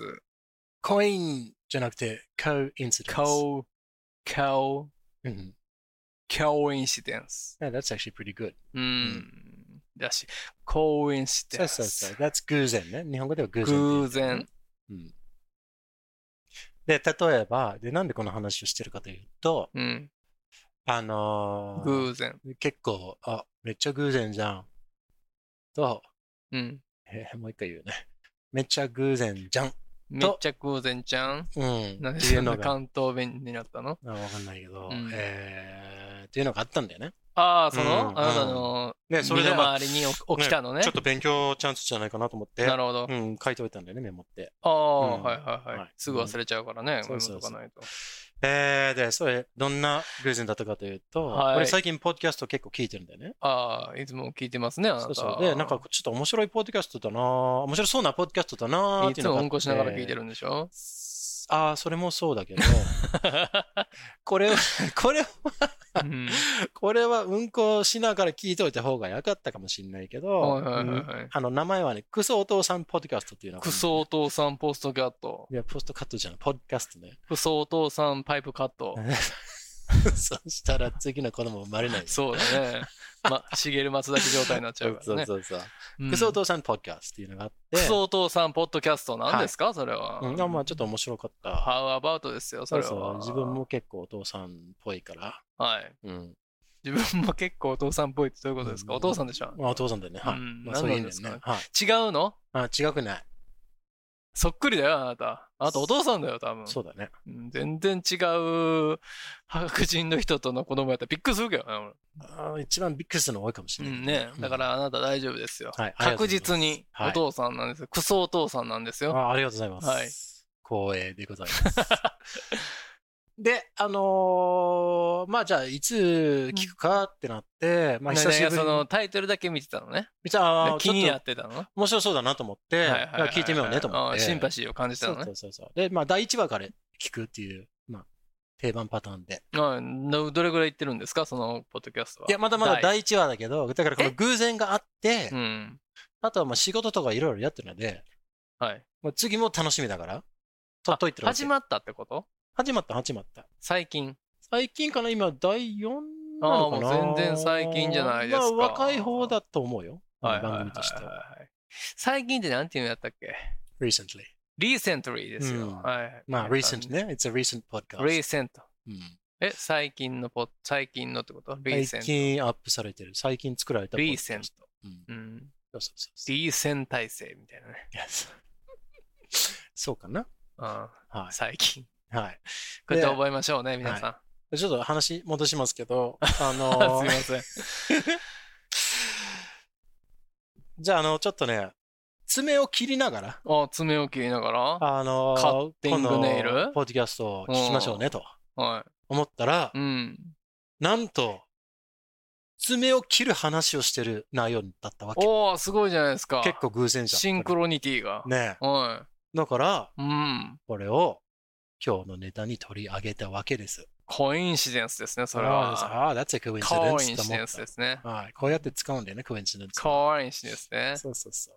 [SPEAKER 6] コインじゃなくて coincidence。
[SPEAKER 7] コウ、コウ、
[SPEAKER 6] うん。
[SPEAKER 7] コインシデンス。
[SPEAKER 6] Yeah, that's actually pretty good.
[SPEAKER 7] うん。だし、コインシデ
[SPEAKER 6] そうそ
[SPEAKER 7] ン
[SPEAKER 6] うそう
[SPEAKER 7] ス。。
[SPEAKER 6] That's 偶然ね。日本語では偶然って言う。
[SPEAKER 7] 偶然。
[SPEAKER 6] うん。で、例えば、で、なんでこの話をしてるかというと、
[SPEAKER 7] うん。
[SPEAKER 6] あのー
[SPEAKER 7] 偶然。
[SPEAKER 6] 結構、あ、めっちゃ偶然じゃん。と、
[SPEAKER 7] うん。
[SPEAKER 6] えーもう一回言うね。めっちゃ偶然じゃん。
[SPEAKER 7] めっちゃ偶然ちゃん。
[SPEAKER 6] うん。
[SPEAKER 7] な
[SPEAKER 6] っ
[SPEAKER 7] んで
[SPEAKER 6] てい
[SPEAKER 7] そ
[SPEAKER 6] の
[SPEAKER 7] うんな
[SPEAKER 6] が、
[SPEAKER 7] 関東弁になったの
[SPEAKER 6] あわかんないけど、
[SPEAKER 7] うん
[SPEAKER 6] えー、っていうのがあったんだよね。
[SPEAKER 7] ああ、そ
[SPEAKER 6] うんう
[SPEAKER 7] の
[SPEAKER 6] ん
[SPEAKER 7] あなたの
[SPEAKER 6] ね、それで、
[SPEAKER 7] 身の
[SPEAKER 6] まあ、
[SPEAKER 7] 周りに起き起きたのね
[SPEAKER 6] ちょっ。と勉強チャンスじゃないかなと思って、
[SPEAKER 7] なるほど。
[SPEAKER 6] うん、書いておいたんだよね、メモって。
[SPEAKER 7] ああ、
[SPEAKER 6] うん
[SPEAKER 7] はいはいは
[SPEAKER 6] はい
[SPEAKER 7] い。すぐ忘れちゃうからね。
[SPEAKER 6] そうそうそう
[SPEAKER 7] メモとかない
[SPEAKER 6] えー、で、それ、どんな偶然だったかというと、
[SPEAKER 7] はい
[SPEAKER 6] 俺最近、ポッドキャスト結構聞いてるんだよね。
[SPEAKER 7] と。ああ、いつも聞いてますね、あなた。
[SPEAKER 6] そうそう。で、なんか、ちょっと面白いポッドキャストだな面白そうなポッドキャストだないってい
[SPEAKER 7] つ
[SPEAKER 6] うのがあっ
[SPEAKER 7] も
[SPEAKER 6] て
[SPEAKER 7] 運行しながら聞いてるんでしょ
[SPEAKER 6] ああ、それもそうだけど、これは、これは、
[SPEAKER 7] うん
[SPEAKER 6] これは運行しながら聞いておいた方が良かったかもしれないけど、
[SPEAKER 7] はいはいはいはい
[SPEAKER 6] うんあの、名前はね、クソお父さんポッドキャストっていうのが
[SPEAKER 7] クソお父さんポストキャット。
[SPEAKER 6] いや、ポストカットじゃない、ポッドキャストね。
[SPEAKER 7] クソお父さんパイプカット。
[SPEAKER 6] そしたら次の子供生まれない。
[SPEAKER 7] そうだ ね。ま、茂松崎状態になっちゃうか
[SPEAKER 6] そ
[SPEAKER 7] ら
[SPEAKER 6] う
[SPEAKER 7] ね。
[SPEAKER 6] そうそう。
[SPEAKER 7] うん
[SPEAKER 6] クソお父さんポッドキャストっていうのがあって、
[SPEAKER 7] クソお父さんポッドキャストなんですかそれは。
[SPEAKER 6] うんあまあちょっと面白かった。
[SPEAKER 7] ハウアバウトですよ、そ
[SPEAKER 6] そう
[SPEAKER 7] れ
[SPEAKER 6] そ
[SPEAKER 7] は。
[SPEAKER 6] う、自分も結構お父さんっぽいから、
[SPEAKER 7] はい。
[SPEAKER 6] うん。
[SPEAKER 7] 自分も結構お父さんっぽいってどういうことですか、
[SPEAKER 6] うん
[SPEAKER 7] お父さんでしょ
[SPEAKER 6] まあお父さんだよね。はい。
[SPEAKER 7] うん
[SPEAKER 6] まあそういう意味だ
[SPEAKER 7] 何な
[SPEAKER 6] よ
[SPEAKER 7] ん
[SPEAKER 6] ね。はい。
[SPEAKER 7] 違うの
[SPEAKER 6] あ、違くない。
[SPEAKER 7] そっくりだよ、あなた。あなたお父さんだよ、多分。
[SPEAKER 6] そうだね。
[SPEAKER 7] うん全然違う白人の人との子供やったらびっくりするけどね俺
[SPEAKER 6] あー一番ビッグするの多いかもし
[SPEAKER 7] う
[SPEAKER 6] れない。
[SPEAKER 7] んね。だからあなた大丈夫ですよ。
[SPEAKER 6] はいありがとうござい
[SPEAKER 7] 確
[SPEAKER 6] ます
[SPEAKER 7] 実に
[SPEAKER 6] はい
[SPEAKER 7] お父さんなんですよ。クソお父さんなんですよ。
[SPEAKER 6] あありがとうございます。
[SPEAKER 7] はい
[SPEAKER 6] 光栄でございます。 で、あのーまあじゃあ、いつ聞くかってなって、まあ
[SPEAKER 7] ね
[SPEAKER 6] 久しぶり
[SPEAKER 7] そ
[SPEAKER 6] に
[SPEAKER 7] のタイトルだけ見てたのね。
[SPEAKER 6] 見たあー
[SPEAKER 7] 気に
[SPEAKER 6] ちょ
[SPEAKER 7] な
[SPEAKER 6] っ
[SPEAKER 7] ってたのね。
[SPEAKER 6] と面白そうだなと思って、
[SPEAKER 7] はいはいはいはい
[SPEAKER 6] 聞いてみようねと思っ
[SPEAKER 7] あー
[SPEAKER 6] て。
[SPEAKER 7] シンパシーを感じた
[SPEAKER 6] そう
[SPEAKER 7] のね
[SPEAKER 6] そう。そうそう。で、まあ第1話から聞くっていう、まあ、定番パターンで。
[SPEAKER 7] うんどどれぐらい言ってるんですかそのポッドキャストは。
[SPEAKER 6] いや、まだまだ
[SPEAKER 7] 第
[SPEAKER 6] 第1話だけど、だからこの偶然があって
[SPEAKER 7] う、ん。
[SPEAKER 6] あとはまあ仕事とかいろいろやってるので、
[SPEAKER 7] はい。
[SPEAKER 6] まあ、次も楽しみだから、とっといてるわけ
[SPEAKER 7] 始まったってこと
[SPEAKER 6] 始まった、始まった。
[SPEAKER 7] 最近。
[SPEAKER 6] 最近かな今、第4なのかな
[SPEAKER 7] あーもう全然最近じゃないですか
[SPEAKER 6] まあ、若い方だと思うよ。
[SPEAKER 7] はいはいは
[SPEAKER 6] 番
[SPEAKER 7] いはい
[SPEAKER 6] 組としては。
[SPEAKER 7] 最近ってなんていうのやったっけ
[SPEAKER 6] recently.
[SPEAKER 7] ?recently ですよ。
[SPEAKER 6] うん
[SPEAKER 7] はい。
[SPEAKER 6] まあ、recent ね。It's a recent podcast.
[SPEAKER 7] recent。
[SPEAKER 6] うん
[SPEAKER 7] え、最近のポッ、最近のってこと
[SPEAKER 6] 最
[SPEAKER 7] ?recent。
[SPEAKER 6] 近アップされてる。最近作られたポッドキャスト
[SPEAKER 7] recent。
[SPEAKER 6] うん
[SPEAKER 7] うん。
[SPEAKER 6] そうそうそうそう
[SPEAKER 7] decent 体制みたいなね。
[SPEAKER 6] いやそうそうかな。
[SPEAKER 7] うん。
[SPEAKER 6] は
[SPEAKER 7] 最近。
[SPEAKER 6] い。はい。
[SPEAKER 7] こうや
[SPEAKER 6] で
[SPEAKER 7] って覚えましょうね、皆 さ
[SPEAKER 6] ちょっと話戻しますけど、あ
[SPEAKER 7] ん。
[SPEAKER 6] の
[SPEAKER 7] すいません。
[SPEAKER 6] じゃあ、あの、ちょっとね、爪を切りながら、
[SPEAKER 7] あ、爪を切りながら。
[SPEAKER 6] あの
[SPEAKER 7] カッティングネイル
[SPEAKER 6] このポッドキャストを聞きましょうねと
[SPEAKER 7] は
[SPEAKER 6] 思ったら
[SPEAKER 7] い。、うん。
[SPEAKER 6] なんと、爪を切る話をしてる内容だったわけ。
[SPEAKER 7] おー、すごいじゃないですか。
[SPEAKER 6] 結構偶然じゃん。
[SPEAKER 7] シンクロニティが。
[SPEAKER 6] ね
[SPEAKER 7] は
[SPEAKER 6] え。だから、
[SPEAKER 7] い。うん。
[SPEAKER 6] これを今日のネタに取り上げたわけです。
[SPEAKER 7] コインシデンスですね、それは。
[SPEAKER 6] ああ、that's a
[SPEAKER 7] コ
[SPEAKER 6] coincidence
[SPEAKER 7] イン
[SPEAKER 6] と
[SPEAKER 7] シデ
[SPEAKER 6] 思っ
[SPEAKER 7] ンスで
[SPEAKER 6] た。
[SPEAKER 7] すね。
[SPEAKER 6] はい。こうやって使うんだよね、coincidence。
[SPEAKER 7] コインシデンスね。
[SPEAKER 6] そうそうそ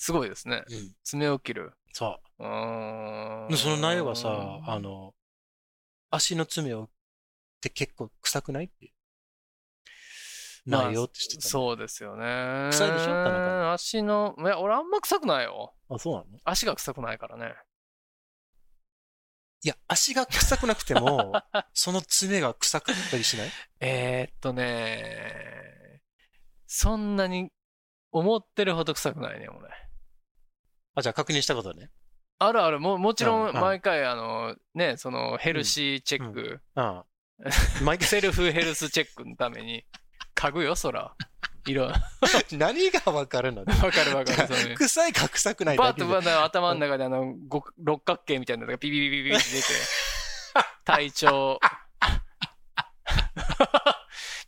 [SPEAKER 7] すごいですね。
[SPEAKER 6] う。うん。
[SPEAKER 7] 爪を切る。
[SPEAKER 6] そう
[SPEAKER 7] ー
[SPEAKER 6] う。
[SPEAKER 7] ん。
[SPEAKER 6] その内容がさ、あ、の、足の爪をって結構臭くないっていう。
[SPEAKER 7] まあ
[SPEAKER 6] 内容ってしてたの、
[SPEAKER 7] そうですよね。
[SPEAKER 6] 臭いでしょ田中
[SPEAKER 7] 足の、いや、俺あんま臭くないよ。
[SPEAKER 6] あ、そうなの
[SPEAKER 7] 足が臭くないからね。
[SPEAKER 6] いや、足が臭くなくて も、その爪が臭くなったりしない
[SPEAKER 7] えー、っとね、そんなに思ってるほど臭くないね、俺。
[SPEAKER 6] あ、じゃあ確認したことね。
[SPEAKER 7] あるある、もうもちろ
[SPEAKER 6] うんん
[SPEAKER 7] 毎回、あの、ね、そのヘルシーチェック、
[SPEAKER 6] ああ。毎回、
[SPEAKER 7] セルフヘルスチェックのために、嗅ぐよ、そら。いろ、わ
[SPEAKER 6] 何がわかる の
[SPEAKER 7] かるわかる。その
[SPEAKER 6] 臭いか臭くない
[SPEAKER 7] バ
[SPEAKER 6] だ
[SPEAKER 7] ーッ
[SPEAKER 6] け
[SPEAKER 7] と
[SPEAKER 6] で。
[SPEAKER 7] まだ頭の中であのご六角形みたいなのがピピピピ ピって出て体調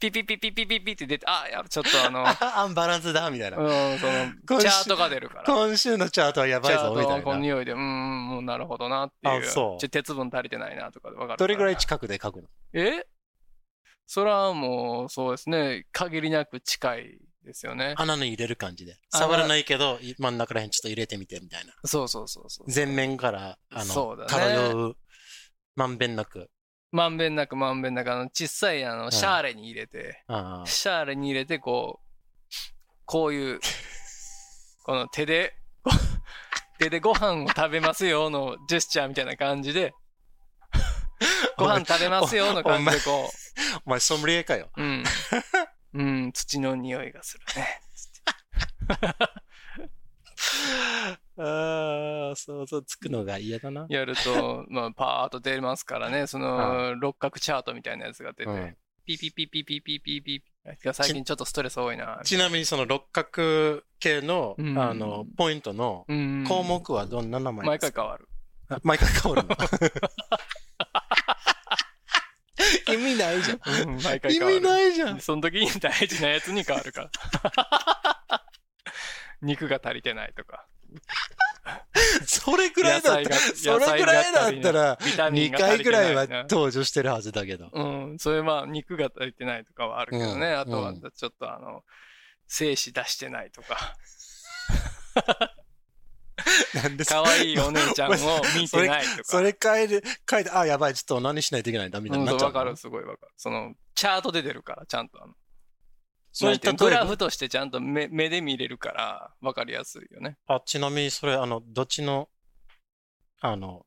[SPEAKER 7] ピピピピピピピって出てあやばちょっとあ の
[SPEAKER 6] アンバランスだ、みたいな。
[SPEAKER 7] うんそ
[SPEAKER 6] 今
[SPEAKER 7] の
[SPEAKER 6] 週
[SPEAKER 7] チャートが出るから
[SPEAKER 6] 今週のチャートはやば
[SPEAKER 7] チ
[SPEAKER 6] い
[SPEAKER 7] ャ
[SPEAKER 6] ぞ、みた
[SPEAKER 7] ート
[SPEAKER 6] い
[SPEAKER 7] の
[SPEAKER 6] な。
[SPEAKER 7] 匂いでうんもうなるほどなっていう
[SPEAKER 6] あそう
[SPEAKER 7] ちょ鉄分足りてないなとかで分かる
[SPEAKER 6] どれぐらい
[SPEAKER 7] 近
[SPEAKER 6] 近くで書くの
[SPEAKER 7] えそれはもうそうですね限りなく近いですよね
[SPEAKER 6] 穴の入れる感じで。
[SPEAKER 7] あ
[SPEAKER 6] 触らないけど、い真ん中らへんちょっと入れてみて、みたいな。
[SPEAKER 7] そうそうそうそう
[SPEAKER 6] 全面から、あ
[SPEAKER 7] そう
[SPEAKER 6] の、
[SPEAKER 7] だね
[SPEAKER 6] 漂う、まんべんなく。
[SPEAKER 7] まんべんなくまんべんなくあの小さいあの
[SPEAKER 6] ん
[SPEAKER 7] シャーレに入れて、
[SPEAKER 6] ああ
[SPEAKER 7] シャーレに入れて、こう、こういう、この手で、こう手でご飯を食べますよのジェスチャーみたいな感じで、ご飯食べますよの感じでこ
[SPEAKER 6] お前、ソムリエかよ。
[SPEAKER 7] う、うん、うん、土の匂いがするね。
[SPEAKER 6] ああ、想像つくのが嫌だな。
[SPEAKER 7] やると、まあ、パーッと出ますからね、その、六角チャートみたいなやつが出
[SPEAKER 6] う
[SPEAKER 7] て
[SPEAKER 6] ん、
[SPEAKER 7] ピピピピピピピピピ、最近ちょっとストレス多いな。
[SPEAKER 6] ちなみにその六角形の、
[SPEAKER 7] うん
[SPEAKER 6] あの、ポイントの
[SPEAKER 7] うん。
[SPEAKER 6] 項目はどんな名前
[SPEAKER 7] 毎
[SPEAKER 6] で
[SPEAKER 7] 回
[SPEAKER 6] すか
[SPEAKER 7] 変わる。
[SPEAKER 6] 毎回変 わるの意味ないじゃん。
[SPEAKER 7] うん毎回
[SPEAKER 6] 意
[SPEAKER 7] 変わる。
[SPEAKER 6] 味ないじゃん。
[SPEAKER 7] その時に大事なやつに変わるから。 肉が足りてないとか。
[SPEAKER 6] それぐらいだった
[SPEAKER 7] 野菜が
[SPEAKER 6] ら、それぐらいだったら、
[SPEAKER 7] ビタミン
[SPEAKER 6] 2
[SPEAKER 7] が足
[SPEAKER 6] 回
[SPEAKER 7] り
[SPEAKER 6] ぐ
[SPEAKER 7] てな
[SPEAKER 6] ら
[SPEAKER 7] い
[SPEAKER 6] いは
[SPEAKER 7] な
[SPEAKER 6] 登場してるはずだけ ど。
[SPEAKER 7] うん、それまあ肉が足りてないとかはあるけどね。
[SPEAKER 6] うん
[SPEAKER 7] あとは
[SPEAKER 6] うん
[SPEAKER 7] ちょっとあの、精子出してないとか。
[SPEAKER 6] なんで
[SPEAKER 7] 可愛いお姉 ちゃんを見てないとか。
[SPEAKER 6] それ書いて、書いて、あ、やばい、ちょっと何しないといけないんだ、みた
[SPEAKER 7] う
[SPEAKER 6] いに
[SPEAKER 7] ん、
[SPEAKER 6] な
[SPEAKER 7] そ
[SPEAKER 6] っ
[SPEAKER 7] う
[SPEAKER 6] ちゃう
[SPEAKER 7] わ
[SPEAKER 6] の。
[SPEAKER 7] かる、すごいわかる。その、チャートで出るから、ちゃんとあの。
[SPEAKER 6] そういった
[SPEAKER 7] なんていうのグラ
[SPEAKER 6] 例え
[SPEAKER 7] フとしてちゃんと目目で見れるから、わかりやすいよね。
[SPEAKER 6] ばあ、ちなみにそれ、あの、どっちの、あの、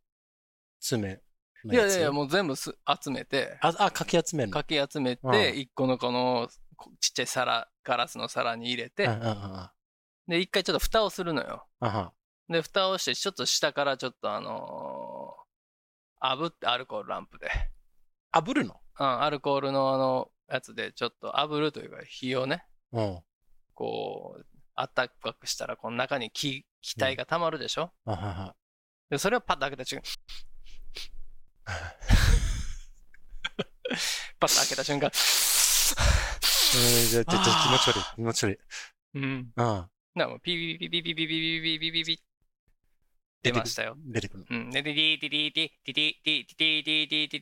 [SPEAKER 6] 爪の
[SPEAKER 7] いや
[SPEAKER 6] や
[SPEAKER 7] い
[SPEAKER 6] つ
[SPEAKER 7] やいや、もう全部す集めて、
[SPEAKER 6] あ、あ、かき集めるの。
[SPEAKER 7] かき集め
[SPEAKER 6] うん
[SPEAKER 7] て、一個のこのこちっちゃい皿、ガラスの皿に入れて
[SPEAKER 6] うん、うんうんうん
[SPEAKER 7] で、一回ちょっと蓋をするのよ。
[SPEAKER 6] あは
[SPEAKER 7] で、蓋をして、ちょっと下からちょっとあのー、炙って、アルコールランプで。
[SPEAKER 6] 炙るの
[SPEAKER 7] うん、アルコールのあの、やつで、ちょっと炙るというか、火をね、
[SPEAKER 6] うん。
[SPEAKER 7] こう、あったかくしたら、この中に気、気体が溜まるでしょ、
[SPEAKER 6] あはは。
[SPEAKER 7] で、それをパッと開けた瞬間、 パッと開けた瞬間、
[SPEAKER 6] えー、じゃあ、ちょっと気持ち悪い、気持ち悪い。
[SPEAKER 7] うん。
[SPEAKER 6] うん。
[SPEAKER 7] なもうピピピピピピピピピピピピ出ましたよ。
[SPEAKER 6] 出てくる
[SPEAKER 7] うん。で、ディディディディディディディディディディディデ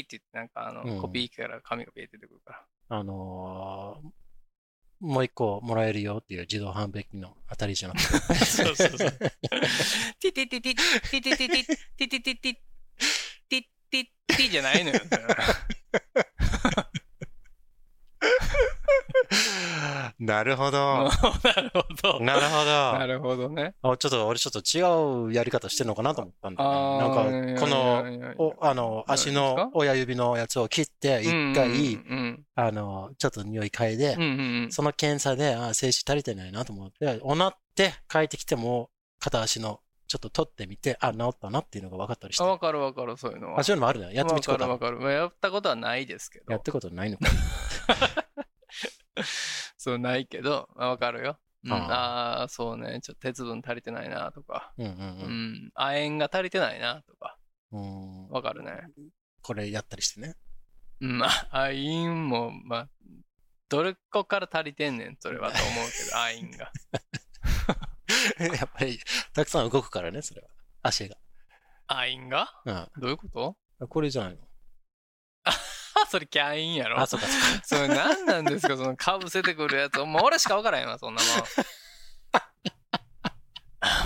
[SPEAKER 7] ィディって、なんかあの、コピーから紙が出てくるから。
[SPEAKER 6] の。あのー、もう一個もらえるよっていう自動販売機のあたりじゃなくて。
[SPEAKER 7] そうそうそう。ティティティティティティティティティティティティティッティじゃないのよ。
[SPEAKER 6] なるほ
[SPEAKER 7] も
[SPEAKER 6] ど。
[SPEAKER 7] うなるほど。
[SPEAKER 6] なるほ
[SPEAKER 7] な
[SPEAKER 6] ど。
[SPEAKER 7] るほどね。
[SPEAKER 6] あちょっと、俺ちょっと違うやり方してんのかなと思ったんだよ
[SPEAKER 7] あ
[SPEAKER 6] ね。な
[SPEAKER 7] ー
[SPEAKER 6] んか、この、、お、あの、足
[SPEAKER 7] 何です
[SPEAKER 6] の
[SPEAKER 7] か
[SPEAKER 6] 親指のやつを切って、一
[SPEAKER 7] いいい
[SPEAKER 6] 回、
[SPEAKER 7] うん
[SPEAKER 6] あの、ちょっと匂い嗅いで
[SPEAKER 7] うん、うんうんうん
[SPEAKER 6] その検査で、あ、精子足りてないなと思って、おなって帰ってきても、片足の、ちょっと取ってみて、あ、治ったなっていうのが分かったりし
[SPEAKER 7] あ、
[SPEAKER 6] て。
[SPEAKER 7] わかるわかる、そういうのは。
[SPEAKER 6] あ、そういうのもあるね。やってみたことあ
[SPEAKER 7] わ
[SPEAKER 6] る。
[SPEAKER 7] かるわかる。まあやったことはないですけ
[SPEAKER 6] や
[SPEAKER 7] ど
[SPEAKER 6] っ。たことないのか。
[SPEAKER 7] そう、ないけど、あわかるよ。うん、
[SPEAKER 6] あ
[SPEAKER 7] ああー、そうね。ちょっと鉄分足りてないなとか。
[SPEAKER 6] うんう
[SPEAKER 7] うんん。亜鉛が足りてないなとか。
[SPEAKER 6] うん。うん
[SPEAKER 7] わかるね。
[SPEAKER 6] これやったりしてね。
[SPEAKER 7] うん、まあ、亜鉛も、まあ、どれっこから足りてんねん、それはと思 うけど、亜鉛が。
[SPEAKER 6] やっぱり、たくさん動くからね、それは。足が。
[SPEAKER 7] 亜鉛が
[SPEAKER 6] うん
[SPEAKER 7] どういうこと
[SPEAKER 6] あ。これじゃないの。
[SPEAKER 7] あ、それキャインやろ
[SPEAKER 6] あ、。そうか、そうか。
[SPEAKER 7] それ何なんですか、そのかぶせてくるやつ。もう俺しか分からへんわ、そんな も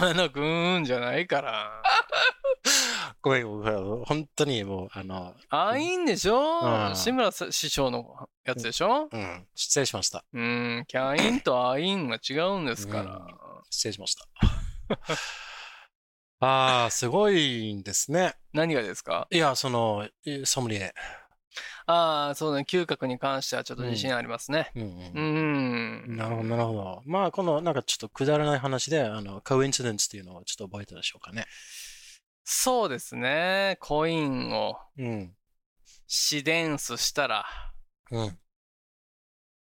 [SPEAKER 7] ん。天野くんじゃないから。
[SPEAKER 6] ごめん、僕は本当にもう、あの、
[SPEAKER 7] あいんでし
[SPEAKER 6] う
[SPEAKER 7] ょ
[SPEAKER 6] ん
[SPEAKER 7] 志村さ師匠のやつでしょ
[SPEAKER 6] うん、失礼しました。
[SPEAKER 7] うん、キャインとアインは違うんですか
[SPEAKER 6] う
[SPEAKER 7] ら。
[SPEAKER 6] 失礼しました。 ああ、すごいんですね。
[SPEAKER 7] 何がですか
[SPEAKER 6] いや、その、えソムリエ。
[SPEAKER 7] ああ、そうね、嗅覚に関してはちょっと自信ありますね。
[SPEAKER 6] うん
[SPEAKER 7] う
[SPEAKER 6] うん
[SPEAKER 7] ん。
[SPEAKER 6] なるほど、なるほど。まあ、この、なんかちょっとくだらない話で、あの、コインシデンスっていうのをちょっと覚えたでしょうかね。
[SPEAKER 7] そうですね、コインを
[SPEAKER 6] うん。
[SPEAKER 7] シデンスしたら、
[SPEAKER 6] うん。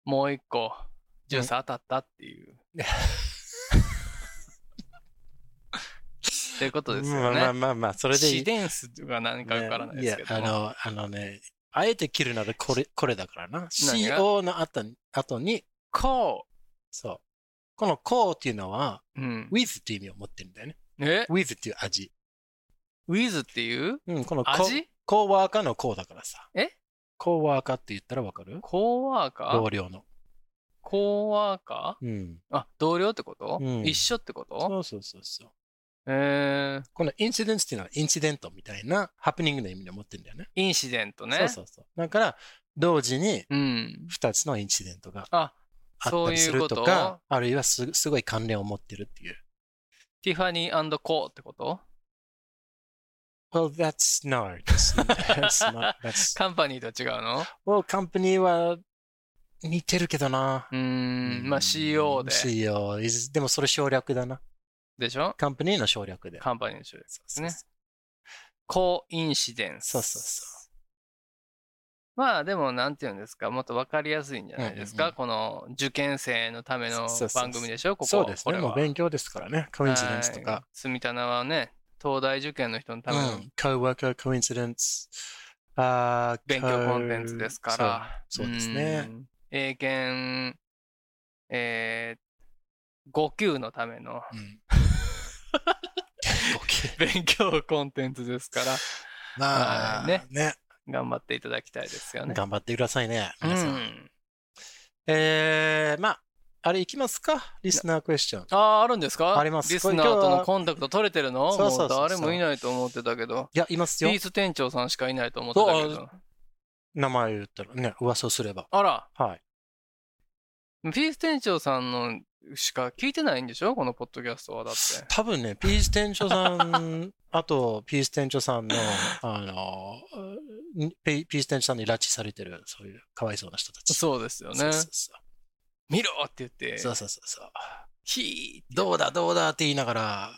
[SPEAKER 7] もう一個、ジュース当たったっていう。っていうことですよね。
[SPEAKER 6] まあまあまあまあ、それでいい
[SPEAKER 7] シデンスが何かわからないですけど。
[SPEAKER 6] ねいやあの、あのね、あえて切るならこれ、これだからな。
[SPEAKER 7] 何が
[SPEAKER 6] CO の後に、後に、
[SPEAKER 7] こ
[SPEAKER 6] そう。この CO っていうのは、
[SPEAKER 7] う。うん。
[SPEAKER 6] with っていう意味を持ってるんだよね。
[SPEAKER 7] え
[SPEAKER 6] with っていう味。
[SPEAKER 7] ウィズっていう
[SPEAKER 6] うん、このコ
[SPEAKER 7] 味
[SPEAKER 6] コーワーカーの CO だからさ。
[SPEAKER 7] え
[SPEAKER 6] コーワーカーって言ったらわかる
[SPEAKER 7] コーワーカ
[SPEAKER 6] 同
[SPEAKER 7] ー
[SPEAKER 6] 僚の。
[SPEAKER 7] コーワーカ
[SPEAKER 6] うん。
[SPEAKER 7] ーあ、同僚ってこと、
[SPEAKER 6] うん
[SPEAKER 7] 一緒ってこと
[SPEAKER 6] そうそうそうそう。
[SPEAKER 7] えー、
[SPEAKER 6] このインシデンスっていうのはインシデントみたいなハプニングの意味を持ってるんだよね。
[SPEAKER 7] インシデントね。
[SPEAKER 6] そうそうそう。だから、同時に
[SPEAKER 7] うん。
[SPEAKER 6] 2つのインシデントが
[SPEAKER 7] あ、
[SPEAKER 6] あっ
[SPEAKER 7] そ
[SPEAKER 6] た
[SPEAKER 7] う
[SPEAKER 6] り
[SPEAKER 7] い
[SPEAKER 6] す
[SPEAKER 7] う
[SPEAKER 6] る
[SPEAKER 7] ことと
[SPEAKER 6] か、あるいはすすごい関連を持ってるっていう。
[SPEAKER 7] ティファニーコーってこと
[SPEAKER 6] Well, that's no, that's, that's not, that's,
[SPEAKER 7] カンパニーとは違うの
[SPEAKER 6] well, company は似てるけどな
[SPEAKER 7] う。ーん、まあ CO で。
[SPEAKER 6] CEO is- でもそれ省略だな。
[SPEAKER 7] でしょ
[SPEAKER 6] カンパニーの省略で。
[SPEAKER 7] カンパニーの種類。
[SPEAKER 6] そうそうそう
[SPEAKER 7] コインシデンス。
[SPEAKER 6] そうそうそ
[SPEAKER 7] まあでも、なんていうんですか、もっとわかりやすいんじゃないですか、
[SPEAKER 6] うんうん
[SPEAKER 7] この受験生のための
[SPEAKER 6] そうそうそう
[SPEAKER 7] 番組でしょここ
[SPEAKER 6] そうです
[SPEAKER 7] これ
[SPEAKER 6] ね。
[SPEAKER 7] は
[SPEAKER 6] もう勉強ですからね。コインシデンスと
[SPEAKER 7] はい
[SPEAKER 6] か。。
[SPEAKER 7] 住棚はね、東大受験の人のための
[SPEAKER 6] コーワーカー、コインシデンス。あー
[SPEAKER 7] 勉強コンテンツですから。
[SPEAKER 6] そうそうですね
[SPEAKER 7] うん。英検、えー、5級のための
[SPEAKER 6] co- うん。OK
[SPEAKER 7] 勉強コンテンツですから、
[SPEAKER 6] まあ、
[SPEAKER 7] はい
[SPEAKER 6] ね
[SPEAKER 7] ね。頑張っていただきたいですよね。
[SPEAKER 6] 頑張ってくださいね。皆さ。
[SPEAKER 7] うんん
[SPEAKER 6] えー、まあ、あれいきますかリスナークエスチョン。
[SPEAKER 7] ああ、あるんですか
[SPEAKER 6] あります
[SPEAKER 7] リス
[SPEAKER 6] これ
[SPEAKER 7] ナーと
[SPEAKER 6] 今日
[SPEAKER 7] の
[SPEAKER 6] は
[SPEAKER 7] コンタクト取れてるの
[SPEAKER 6] そうそうそうそう
[SPEAKER 7] もう誰もいないと思ってたけど。
[SPEAKER 6] いや、います
[SPEAKER 7] ピ
[SPEAKER 6] よ。
[SPEAKER 7] ース店長さんしかいないと思ってたけ
[SPEAKER 6] そう
[SPEAKER 7] ど。
[SPEAKER 6] 名前を言ったらね、噂をすれば。
[SPEAKER 7] あら、
[SPEAKER 6] はい。
[SPEAKER 7] ピース店長さんのしか聞いてないんでしょこのポッドキャストはだって。
[SPEAKER 6] 多分ね、ピース店長さん、あと、ピース店長さんの、あの、にピピース店長さんに拉致されてる、そういうかわいそうな人たち。
[SPEAKER 7] そうですよ
[SPEAKER 6] そ
[SPEAKER 7] ね
[SPEAKER 6] う。そうそ
[SPEAKER 7] 見ろって言って
[SPEAKER 6] う。、そうそうそうそう。ひーどうだ、どうだって言いながら、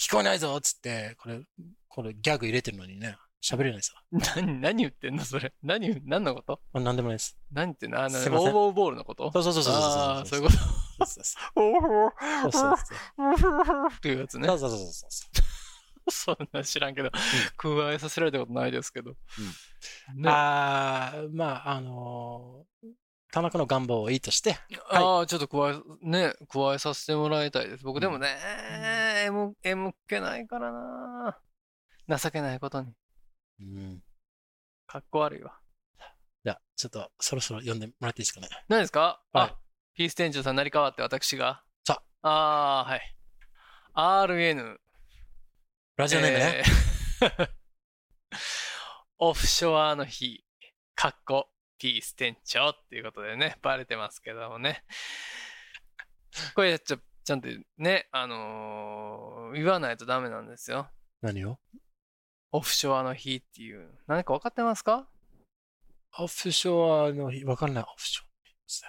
[SPEAKER 6] 聞こえないぞっつって、これ、これギャグ入れてるのにね、喋れないさ。
[SPEAKER 7] 何、何言ってんのそれ。何、何のこと
[SPEAKER 6] あなんでもないです。
[SPEAKER 7] 何言ってんのあの、オ
[SPEAKER 6] すいません
[SPEAKER 7] ーバーボールのこと
[SPEAKER 6] そうそうそうそうそう。
[SPEAKER 7] ああ、そういうこと。
[SPEAKER 6] と。そうそ
[SPEAKER 7] オーバーボ
[SPEAKER 6] うそう。
[SPEAKER 7] ールっていうやつね
[SPEAKER 6] そ。うそうそうそうそう。
[SPEAKER 7] そんな知らんけど、加えさせられたことないですけど。ねあ
[SPEAKER 6] あーまあ、あのー田中の願望をいいとして、
[SPEAKER 7] あ、ちょっと加え、ね、加えさせてもらいたいです。
[SPEAKER 6] う
[SPEAKER 7] 僕
[SPEAKER 6] ん
[SPEAKER 7] でもね、M、M けないからな。情けないことに。
[SPEAKER 6] うん、
[SPEAKER 7] かっこ悪いわ。
[SPEAKER 6] じゃあ、ちょっとそろそろ読んでもらっていいですかね。
[SPEAKER 7] 何ですか、
[SPEAKER 6] はい
[SPEAKER 7] あ、ピース店長さん成り代わって私が。
[SPEAKER 6] さ
[SPEAKER 7] ああー、はい。RN。
[SPEAKER 6] ラジオネームね。
[SPEAKER 7] えーオフショアの日、かっこ、ピース店長っていうことでね、バレてますけどもね。これちょ、ちゃんとね、あのー言わないとダメなんですよ。
[SPEAKER 6] 何を
[SPEAKER 7] オフショアの日っていう。何か分かってますか
[SPEAKER 6] オフショアの日、わかんない、オフショアです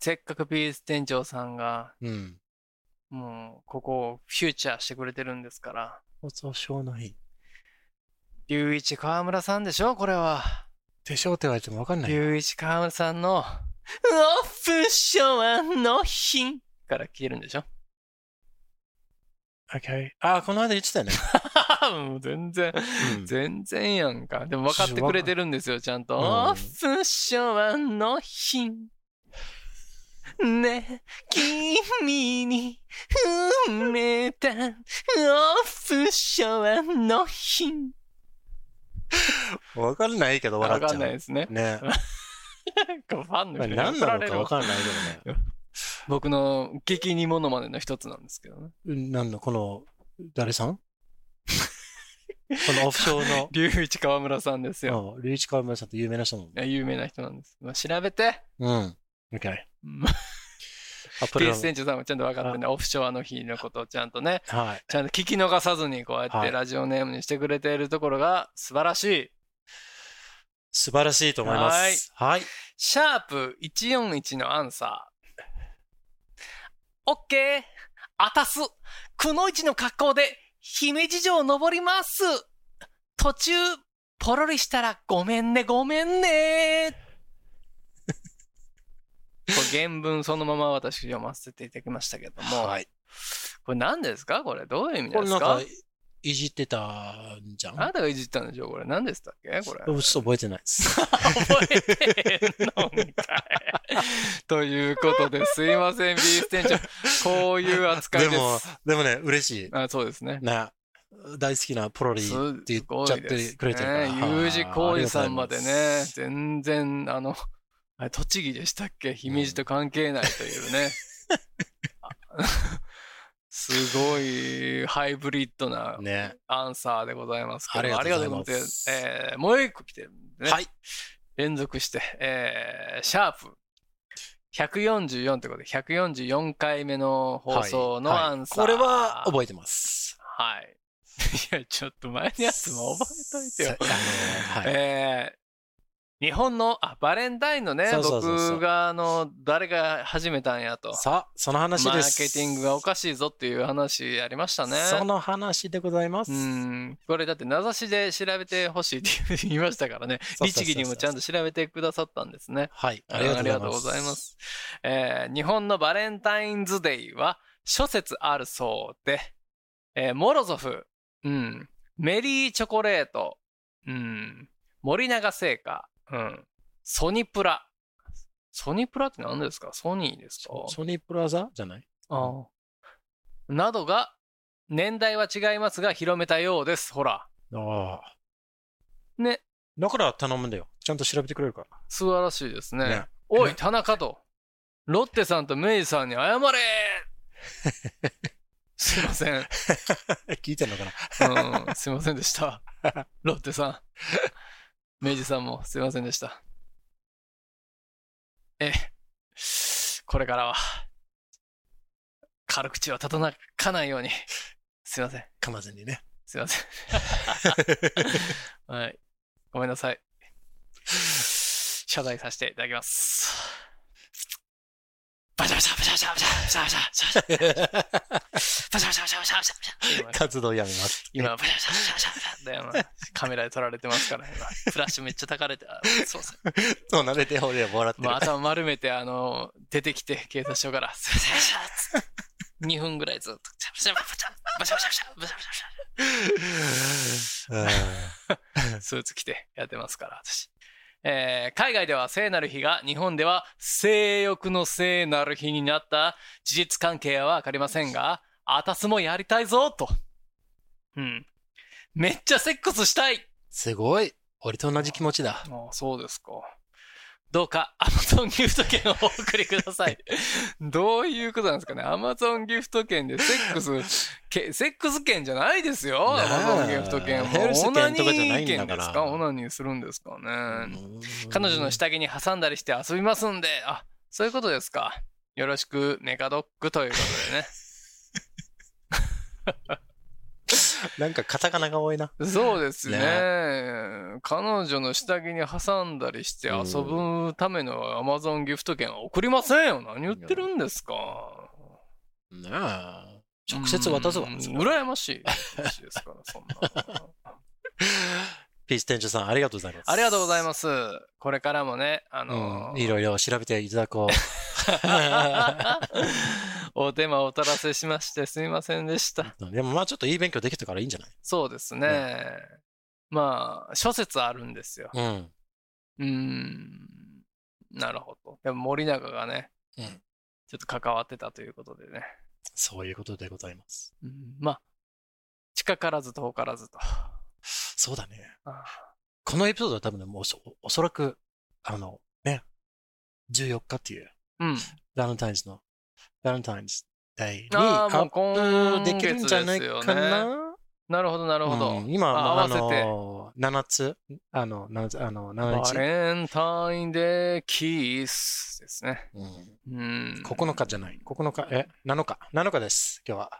[SPEAKER 7] せっかくピース店長さんが、
[SPEAKER 6] ね。うん。
[SPEAKER 7] もう、ここをフューチャーしてくれてるんですから。
[SPEAKER 6] オフショアの日。
[SPEAKER 7] 龍一川村さんでしょこれは。
[SPEAKER 6] 手帳って言われてもわかんないよ。
[SPEAKER 7] 龍一川村さんの、オフショアの日から消えるんでしょ
[SPEAKER 6] Okay あ、この間言ってたよね。
[SPEAKER 7] もう全然、
[SPEAKER 6] うん
[SPEAKER 7] 全然やんか。でも分かってくれてるんですよ、ちゃんと。
[SPEAKER 6] うん
[SPEAKER 7] オフショアの日。ね、君に埋めたオフショアの日。
[SPEAKER 6] わかんないけど笑
[SPEAKER 7] わ
[SPEAKER 6] っちゃう。
[SPEAKER 7] かんないですね。
[SPEAKER 6] ね。
[SPEAKER 7] ファンの
[SPEAKER 6] まあ
[SPEAKER 7] 人に
[SPEAKER 6] 何
[SPEAKER 7] 怒
[SPEAKER 6] なの
[SPEAKER 7] られ
[SPEAKER 6] かわ
[SPEAKER 7] るわ
[SPEAKER 6] かんないけどね
[SPEAKER 7] 僕の激似モノマネの一つなんですけどね。
[SPEAKER 6] うん。何のこの、誰さんこのオフショアの
[SPEAKER 7] 龍一川村さんですよ。
[SPEAKER 6] うん、リーチカーマさんって有名な人も。
[SPEAKER 7] いや有名な人なんです。まあ、調べて。
[SPEAKER 6] うん。OK。
[SPEAKER 7] うんピ
[SPEAKER 6] あ、プ
[SPEAKER 7] ー
[SPEAKER 6] レ
[SPEAKER 7] ス
[SPEAKER 6] ゼン
[SPEAKER 7] 店長さんもちゃんと分かってね、オフショアの日のことをちゃんとね、
[SPEAKER 6] はい。
[SPEAKER 7] ちゃんと聞き逃さずにこうやっ
[SPEAKER 6] は
[SPEAKER 7] て
[SPEAKER 6] い
[SPEAKER 7] ラジオネームにしてくれているところが素晴らしい。
[SPEAKER 6] 素晴らしいと思います。はい。
[SPEAKER 7] シャープ141のアンサー。オッケーあたすくのいちの格好で姫路城登ります途中、ポロリしたらごめんね、ごめんね これ原文そのまま私読ませていただきましたけども、
[SPEAKER 6] はい。
[SPEAKER 7] これ何ですかこれどういう意味な
[SPEAKER 6] こ
[SPEAKER 7] ん
[SPEAKER 6] れ
[SPEAKER 7] で
[SPEAKER 6] な
[SPEAKER 7] す
[SPEAKER 6] ん
[SPEAKER 7] か
[SPEAKER 6] か、いじってたんじゃん
[SPEAKER 7] あなたがいじったんでしょこれ何でしたっけこれ
[SPEAKER 6] ちょ。っと覚えてないです。
[SPEAKER 7] 覚えてんのんかい。 ということで、すいません、ビース店長。こういう扱 い
[SPEAKER 6] で
[SPEAKER 7] で
[SPEAKER 6] も
[SPEAKER 7] す。、
[SPEAKER 6] でもね、嬉し
[SPEAKER 7] あそうですね
[SPEAKER 6] い。。な、大好きなポロリ
[SPEAKER 7] す
[SPEAKER 6] って言っ
[SPEAKER 7] ご
[SPEAKER 6] ちゃっ
[SPEAKER 7] いです
[SPEAKER 6] てくれてるから。
[SPEAKER 7] ね。U 字工事さんまで
[SPEAKER 6] ありがとうござい
[SPEAKER 7] ね
[SPEAKER 6] ま、す
[SPEAKER 7] 全然、あの、あれ栃木でしたっけ姫路と関係ないというね。あ すごいハイブリッドな
[SPEAKER 6] ね。
[SPEAKER 7] アンサーでございますけども
[SPEAKER 6] あ
[SPEAKER 7] あ
[SPEAKER 6] り
[SPEAKER 7] り
[SPEAKER 6] が
[SPEAKER 7] が
[SPEAKER 6] と
[SPEAKER 7] と
[SPEAKER 6] うご
[SPEAKER 7] うご
[SPEAKER 6] ざい
[SPEAKER 7] ざい
[SPEAKER 6] ま
[SPEAKER 7] ますす。えーもう一個来てるんでね。
[SPEAKER 6] はい。
[SPEAKER 7] 連続して、えーシャープ144ってことで、144回目の放送の
[SPEAKER 6] はい
[SPEAKER 7] アンサー。
[SPEAKER 6] はいこれは覚えてます。
[SPEAKER 7] はい。 いや、ちょっと前のやつも覚えといてよ。
[SPEAKER 6] さあのはい。
[SPEAKER 7] えー日本の、あ、バレンタインのね、
[SPEAKER 6] そうそうそうそう
[SPEAKER 7] 僕が、あの、誰が始めたんやと。
[SPEAKER 6] さあ、その話
[SPEAKER 7] マ
[SPEAKER 6] で
[SPEAKER 7] ー
[SPEAKER 6] す。
[SPEAKER 7] ケティングがおかしいぞっていう話ありましたね。
[SPEAKER 6] その話でございます。
[SPEAKER 7] うん、これだって名指しで調べてほしいって言いましたからね
[SPEAKER 6] そうそうそうそう
[SPEAKER 7] 律儀にもちゃんと調べてくださったんですね
[SPEAKER 6] はい。
[SPEAKER 7] ありがとうございま。す、えー日本のバレンタインズデイは諸説あるそうで、えーモロゾフ、うん、メリーチョコレート、うん、森永製菓、うん、ソニプラソニプラって何ですかソニーですか
[SPEAKER 6] ソソニープラザじゃない
[SPEAKER 7] ああなどが年代は違いますが広めたようですほら
[SPEAKER 6] ああ。
[SPEAKER 7] ね
[SPEAKER 6] だから頼むんだよ。ちゃんと調べてくれるか
[SPEAKER 7] 素晴らしいですね
[SPEAKER 6] ら。ね。
[SPEAKER 7] お
[SPEAKER 6] ね
[SPEAKER 7] い田中とロッテさんと明治さんに謝れすいません、うん、
[SPEAKER 6] 聞いてんのかな
[SPEAKER 7] すいませんでしたロッテさん明治さんもすいませんでしたええこれからは軽口は立たなかないようにすいません
[SPEAKER 6] 噛まずに ね。
[SPEAKER 7] すいません。はい。ごめんなさい。謝罪させていただきます。バシャバシャバシャバシャバシャバシャバシャバシャバシャバシャバシャバシャバシャバシャ
[SPEAKER 6] 活動やめます。
[SPEAKER 7] 今、今バシャバシャバシャバシャでカメラで撮られてますから、今。フラッシュめっちゃたかれて、あそうそう。
[SPEAKER 6] そう、慣れて俺は笑ってる
[SPEAKER 7] まあ、。頭丸めて、あの、出てきて、警察署から、すいませんでしたつって2分ぐらいずっと、バシャバシャバシャバシャバシャバシャバシャバシャ
[SPEAKER 6] うん
[SPEAKER 7] スーツ着てやってますから、私。えー海外では聖なる日が、日本では性欲の聖なる日になった事実関係はわかりませんが、あたすもやりたいぞと。うん。めっちゃセックスしたい
[SPEAKER 6] すごい。俺と同じ気持ちだ。
[SPEAKER 7] ああそうですか。どうか Amazon ギフト券をお送りください。 どういうことなんですかね ?Amazon ギフト券でセックス、けセックス券じゃないですよ。
[SPEAKER 6] ねえ
[SPEAKER 7] Amazon ギフト券
[SPEAKER 6] ヘルス
[SPEAKER 7] オナ
[SPEAKER 6] 券
[SPEAKER 7] ニ
[SPEAKER 6] とかじゃない
[SPEAKER 7] ー
[SPEAKER 6] んだか
[SPEAKER 7] 券
[SPEAKER 6] ら
[SPEAKER 7] ですかオナニーするんですかね。彼女の
[SPEAKER 6] 下
[SPEAKER 7] 下着に挟んだりして遊びますんで、あ、そういうことですか。よろしく、メカドッグということでね。
[SPEAKER 6] なんかカタカナが多いな。
[SPEAKER 7] そうですね
[SPEAKER 6] ね
[SPEAKER 7] 彼女の下着に挟んだりして遊ぶための Amazon ギフト券は送りませんよ。何言ってるんですか。
[SPEAKER 6] ねえ直接渡すわ
[SPEAKER 7] うん。
[SPEAKER 6] それは
[SPEAKER 7] 羨ましい話ですから、そん な。
[SPEAKER 6] ピース店長さん、ありがとうございます。
[SPEAKER 7] ありがとうござい
[SPEAKER 6] す。
[SPEAKER 7] ます。これからもね、あの
[SPEAKER 6] うん、いろい ろ調べていただこう。
[SPEAKER 7] お手間をおたらせしましてすみませんでした。
[SPEAKER 6] でもまあちょっといい勉強できたからいいんじゃない
[SPEAKER 7] そうですね。まあ、諸説あるんですよ。
[SPEAKER 6] うん。
[SPEAKER 7] うーん。なるほど。でも森永がね、
[SPEAKER 6] うん
[SPEAKER 7] ちょっと関わってたということでね。
[SPEAKER 6] そういうことでございます。
[SPEAKER 7] うんまあ、近からず遠からずと。
[SPEAKER 6] そうだね。
[SPEAKER 7] あ
[SPEAKER 6] このエピソードは多分ね、もうおそおそらく、あの、ね、14日っていう、
[SPEAKER 7] うん。
[SPEAKER 6] バレンタインズの、バレンタインズデイに
[SPEAKER 7] あ
[SPEAKER 6] ア
[SPEAKER 7] ーもう
[SPEAKER 6] ッ
[SPEAKER 7] 今
[SPEAKER 6] プできるんじゃない
[SPEAKER 7] 月で
[SPEAKER 6] か
[SPEAKER 7] す
[SPEAKER 6] な。
[SPEAKER 7] よなるほど、なるほど。
[SPEAKER 6] うん今、
[SPEAKER 7] あ
[SPEAKER 6] あ
[SPEAKER 7] 合わせて
[SPEAKER 6] の、7つ、あの、7つ、あの、7
[SPEAKER 7] バ
[SPEAKER 6] 日、
[SPEAKER 7] レンタインデーキースですね。
[SPEAKER 6] うん。
[SPEAKER 7] うん。
[SPEAKER 6] 9日じゃない。9日、え、7日。7日です、今日は。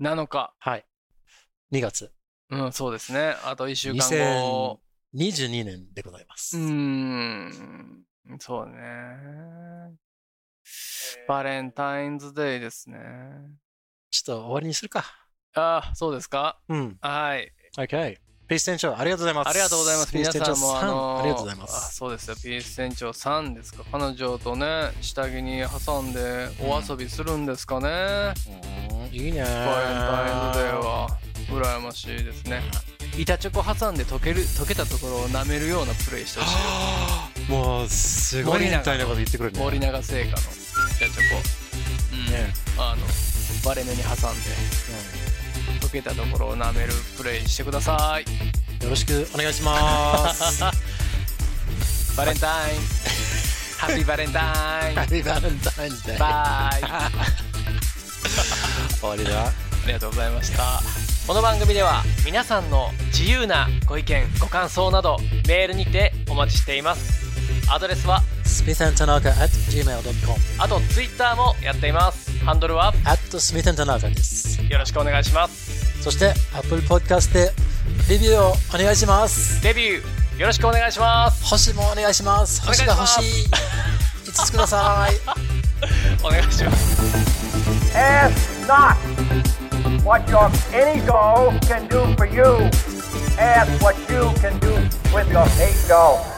[SPEAKER 7] 7日。
[SPEAKER 6] はい。2月。
[SPEAKER 7] うん、そうですね。あと1週間後。
[SPEAKER 6] 2022年でございます。
[SPEAKER 7] うーん。そうね。バレンタインズデーですね。
[SPEAKER 6] ちょっと終わりにするか。
[SPEAKER 7] ああ、そうですか。
[SPEAKER 6] うん。
[SPEAKER 7] はい。
[SPEAKER 6] OK。ピース店長、ありがとうございます。
[SPEAKER 7] ありがとうございます。
[SPEAKER 6] ピー
[SPEAKER 7] 皆
[SPEAKER 6] ス店
[SPEAKER 7] さ
[SPEAKER 6] 長
[SPEAKER 7] んも、
[SPEAKER 6] さ
[SPEAKER 7] あの
[SPEAKER 6] ん、ありがとうございま
[SPEAKER 7] あ
[SPEAKER 6] す。
[SPEAKER 7] そうですよ。ピース船長さんですか。彼女とね、下着に挟んでお遊びするんですかね。
[SPEAKER 6] うんいいね。バレン
[SPEAKER 7] バレンタインズデーは、羨ましいですね。板チョコ挟んで溶ける、溶けたところを舐めるようなプレイしてほしい。
[SPEAKER 6] もう、すごいみたいなこと言ってくるね。
[SPEAKER 7] 森
[SPEAKER 6] ね
[SPEAKER 7] 永製菓の板チョコ。うん。あの割れ目に挟んで溶けたところを舐めるプレイしてください
[SPEAKER 6] うんよろしくお願いします。 ハ
[SPEAKER 7] バレンタ インハッピーバレンタイン
[SPEAKER 6] ッピーバレンタインズデー。
[SPEAKER 7] バイあ
[SPEAKER 6] 終わりだ。
[SPEAKER 7] りがとうございましたこの番組では皆さんの自由なご意見ご感想などメールにてお待ちしていますアドレスは
[SPEAKER 6] スミ t ン n ナ k a at gmail.com
[SPEAKER 7] あとツイッターもやっていますハンドルは
[SPEAKER 6] at スミ t ン n ナ k a です。
[SPEAKER 7] よろしくお願いします
[SPEAKER 6] そして、Apple Podcast でレビューをお願いします。
[SPEAKER 7] デビューよろしくお願いします
[SPEAKER 6] 星もお願いします。
[SPEAKER 7] 願
[SPEAKER 6] 星
[SPEAKER 7] いし
[SPEAKER 6] が
[SPEAKER 7] ま
[SPEAKER 6] 欲
[SPEAKER 7] す
[SPEAKER 6] しい。5つください。
[SPEAKER 7] お願いします
[SPEAKER 4] Ask not what your any doll can do for you. Ask what you can do with your hate doll.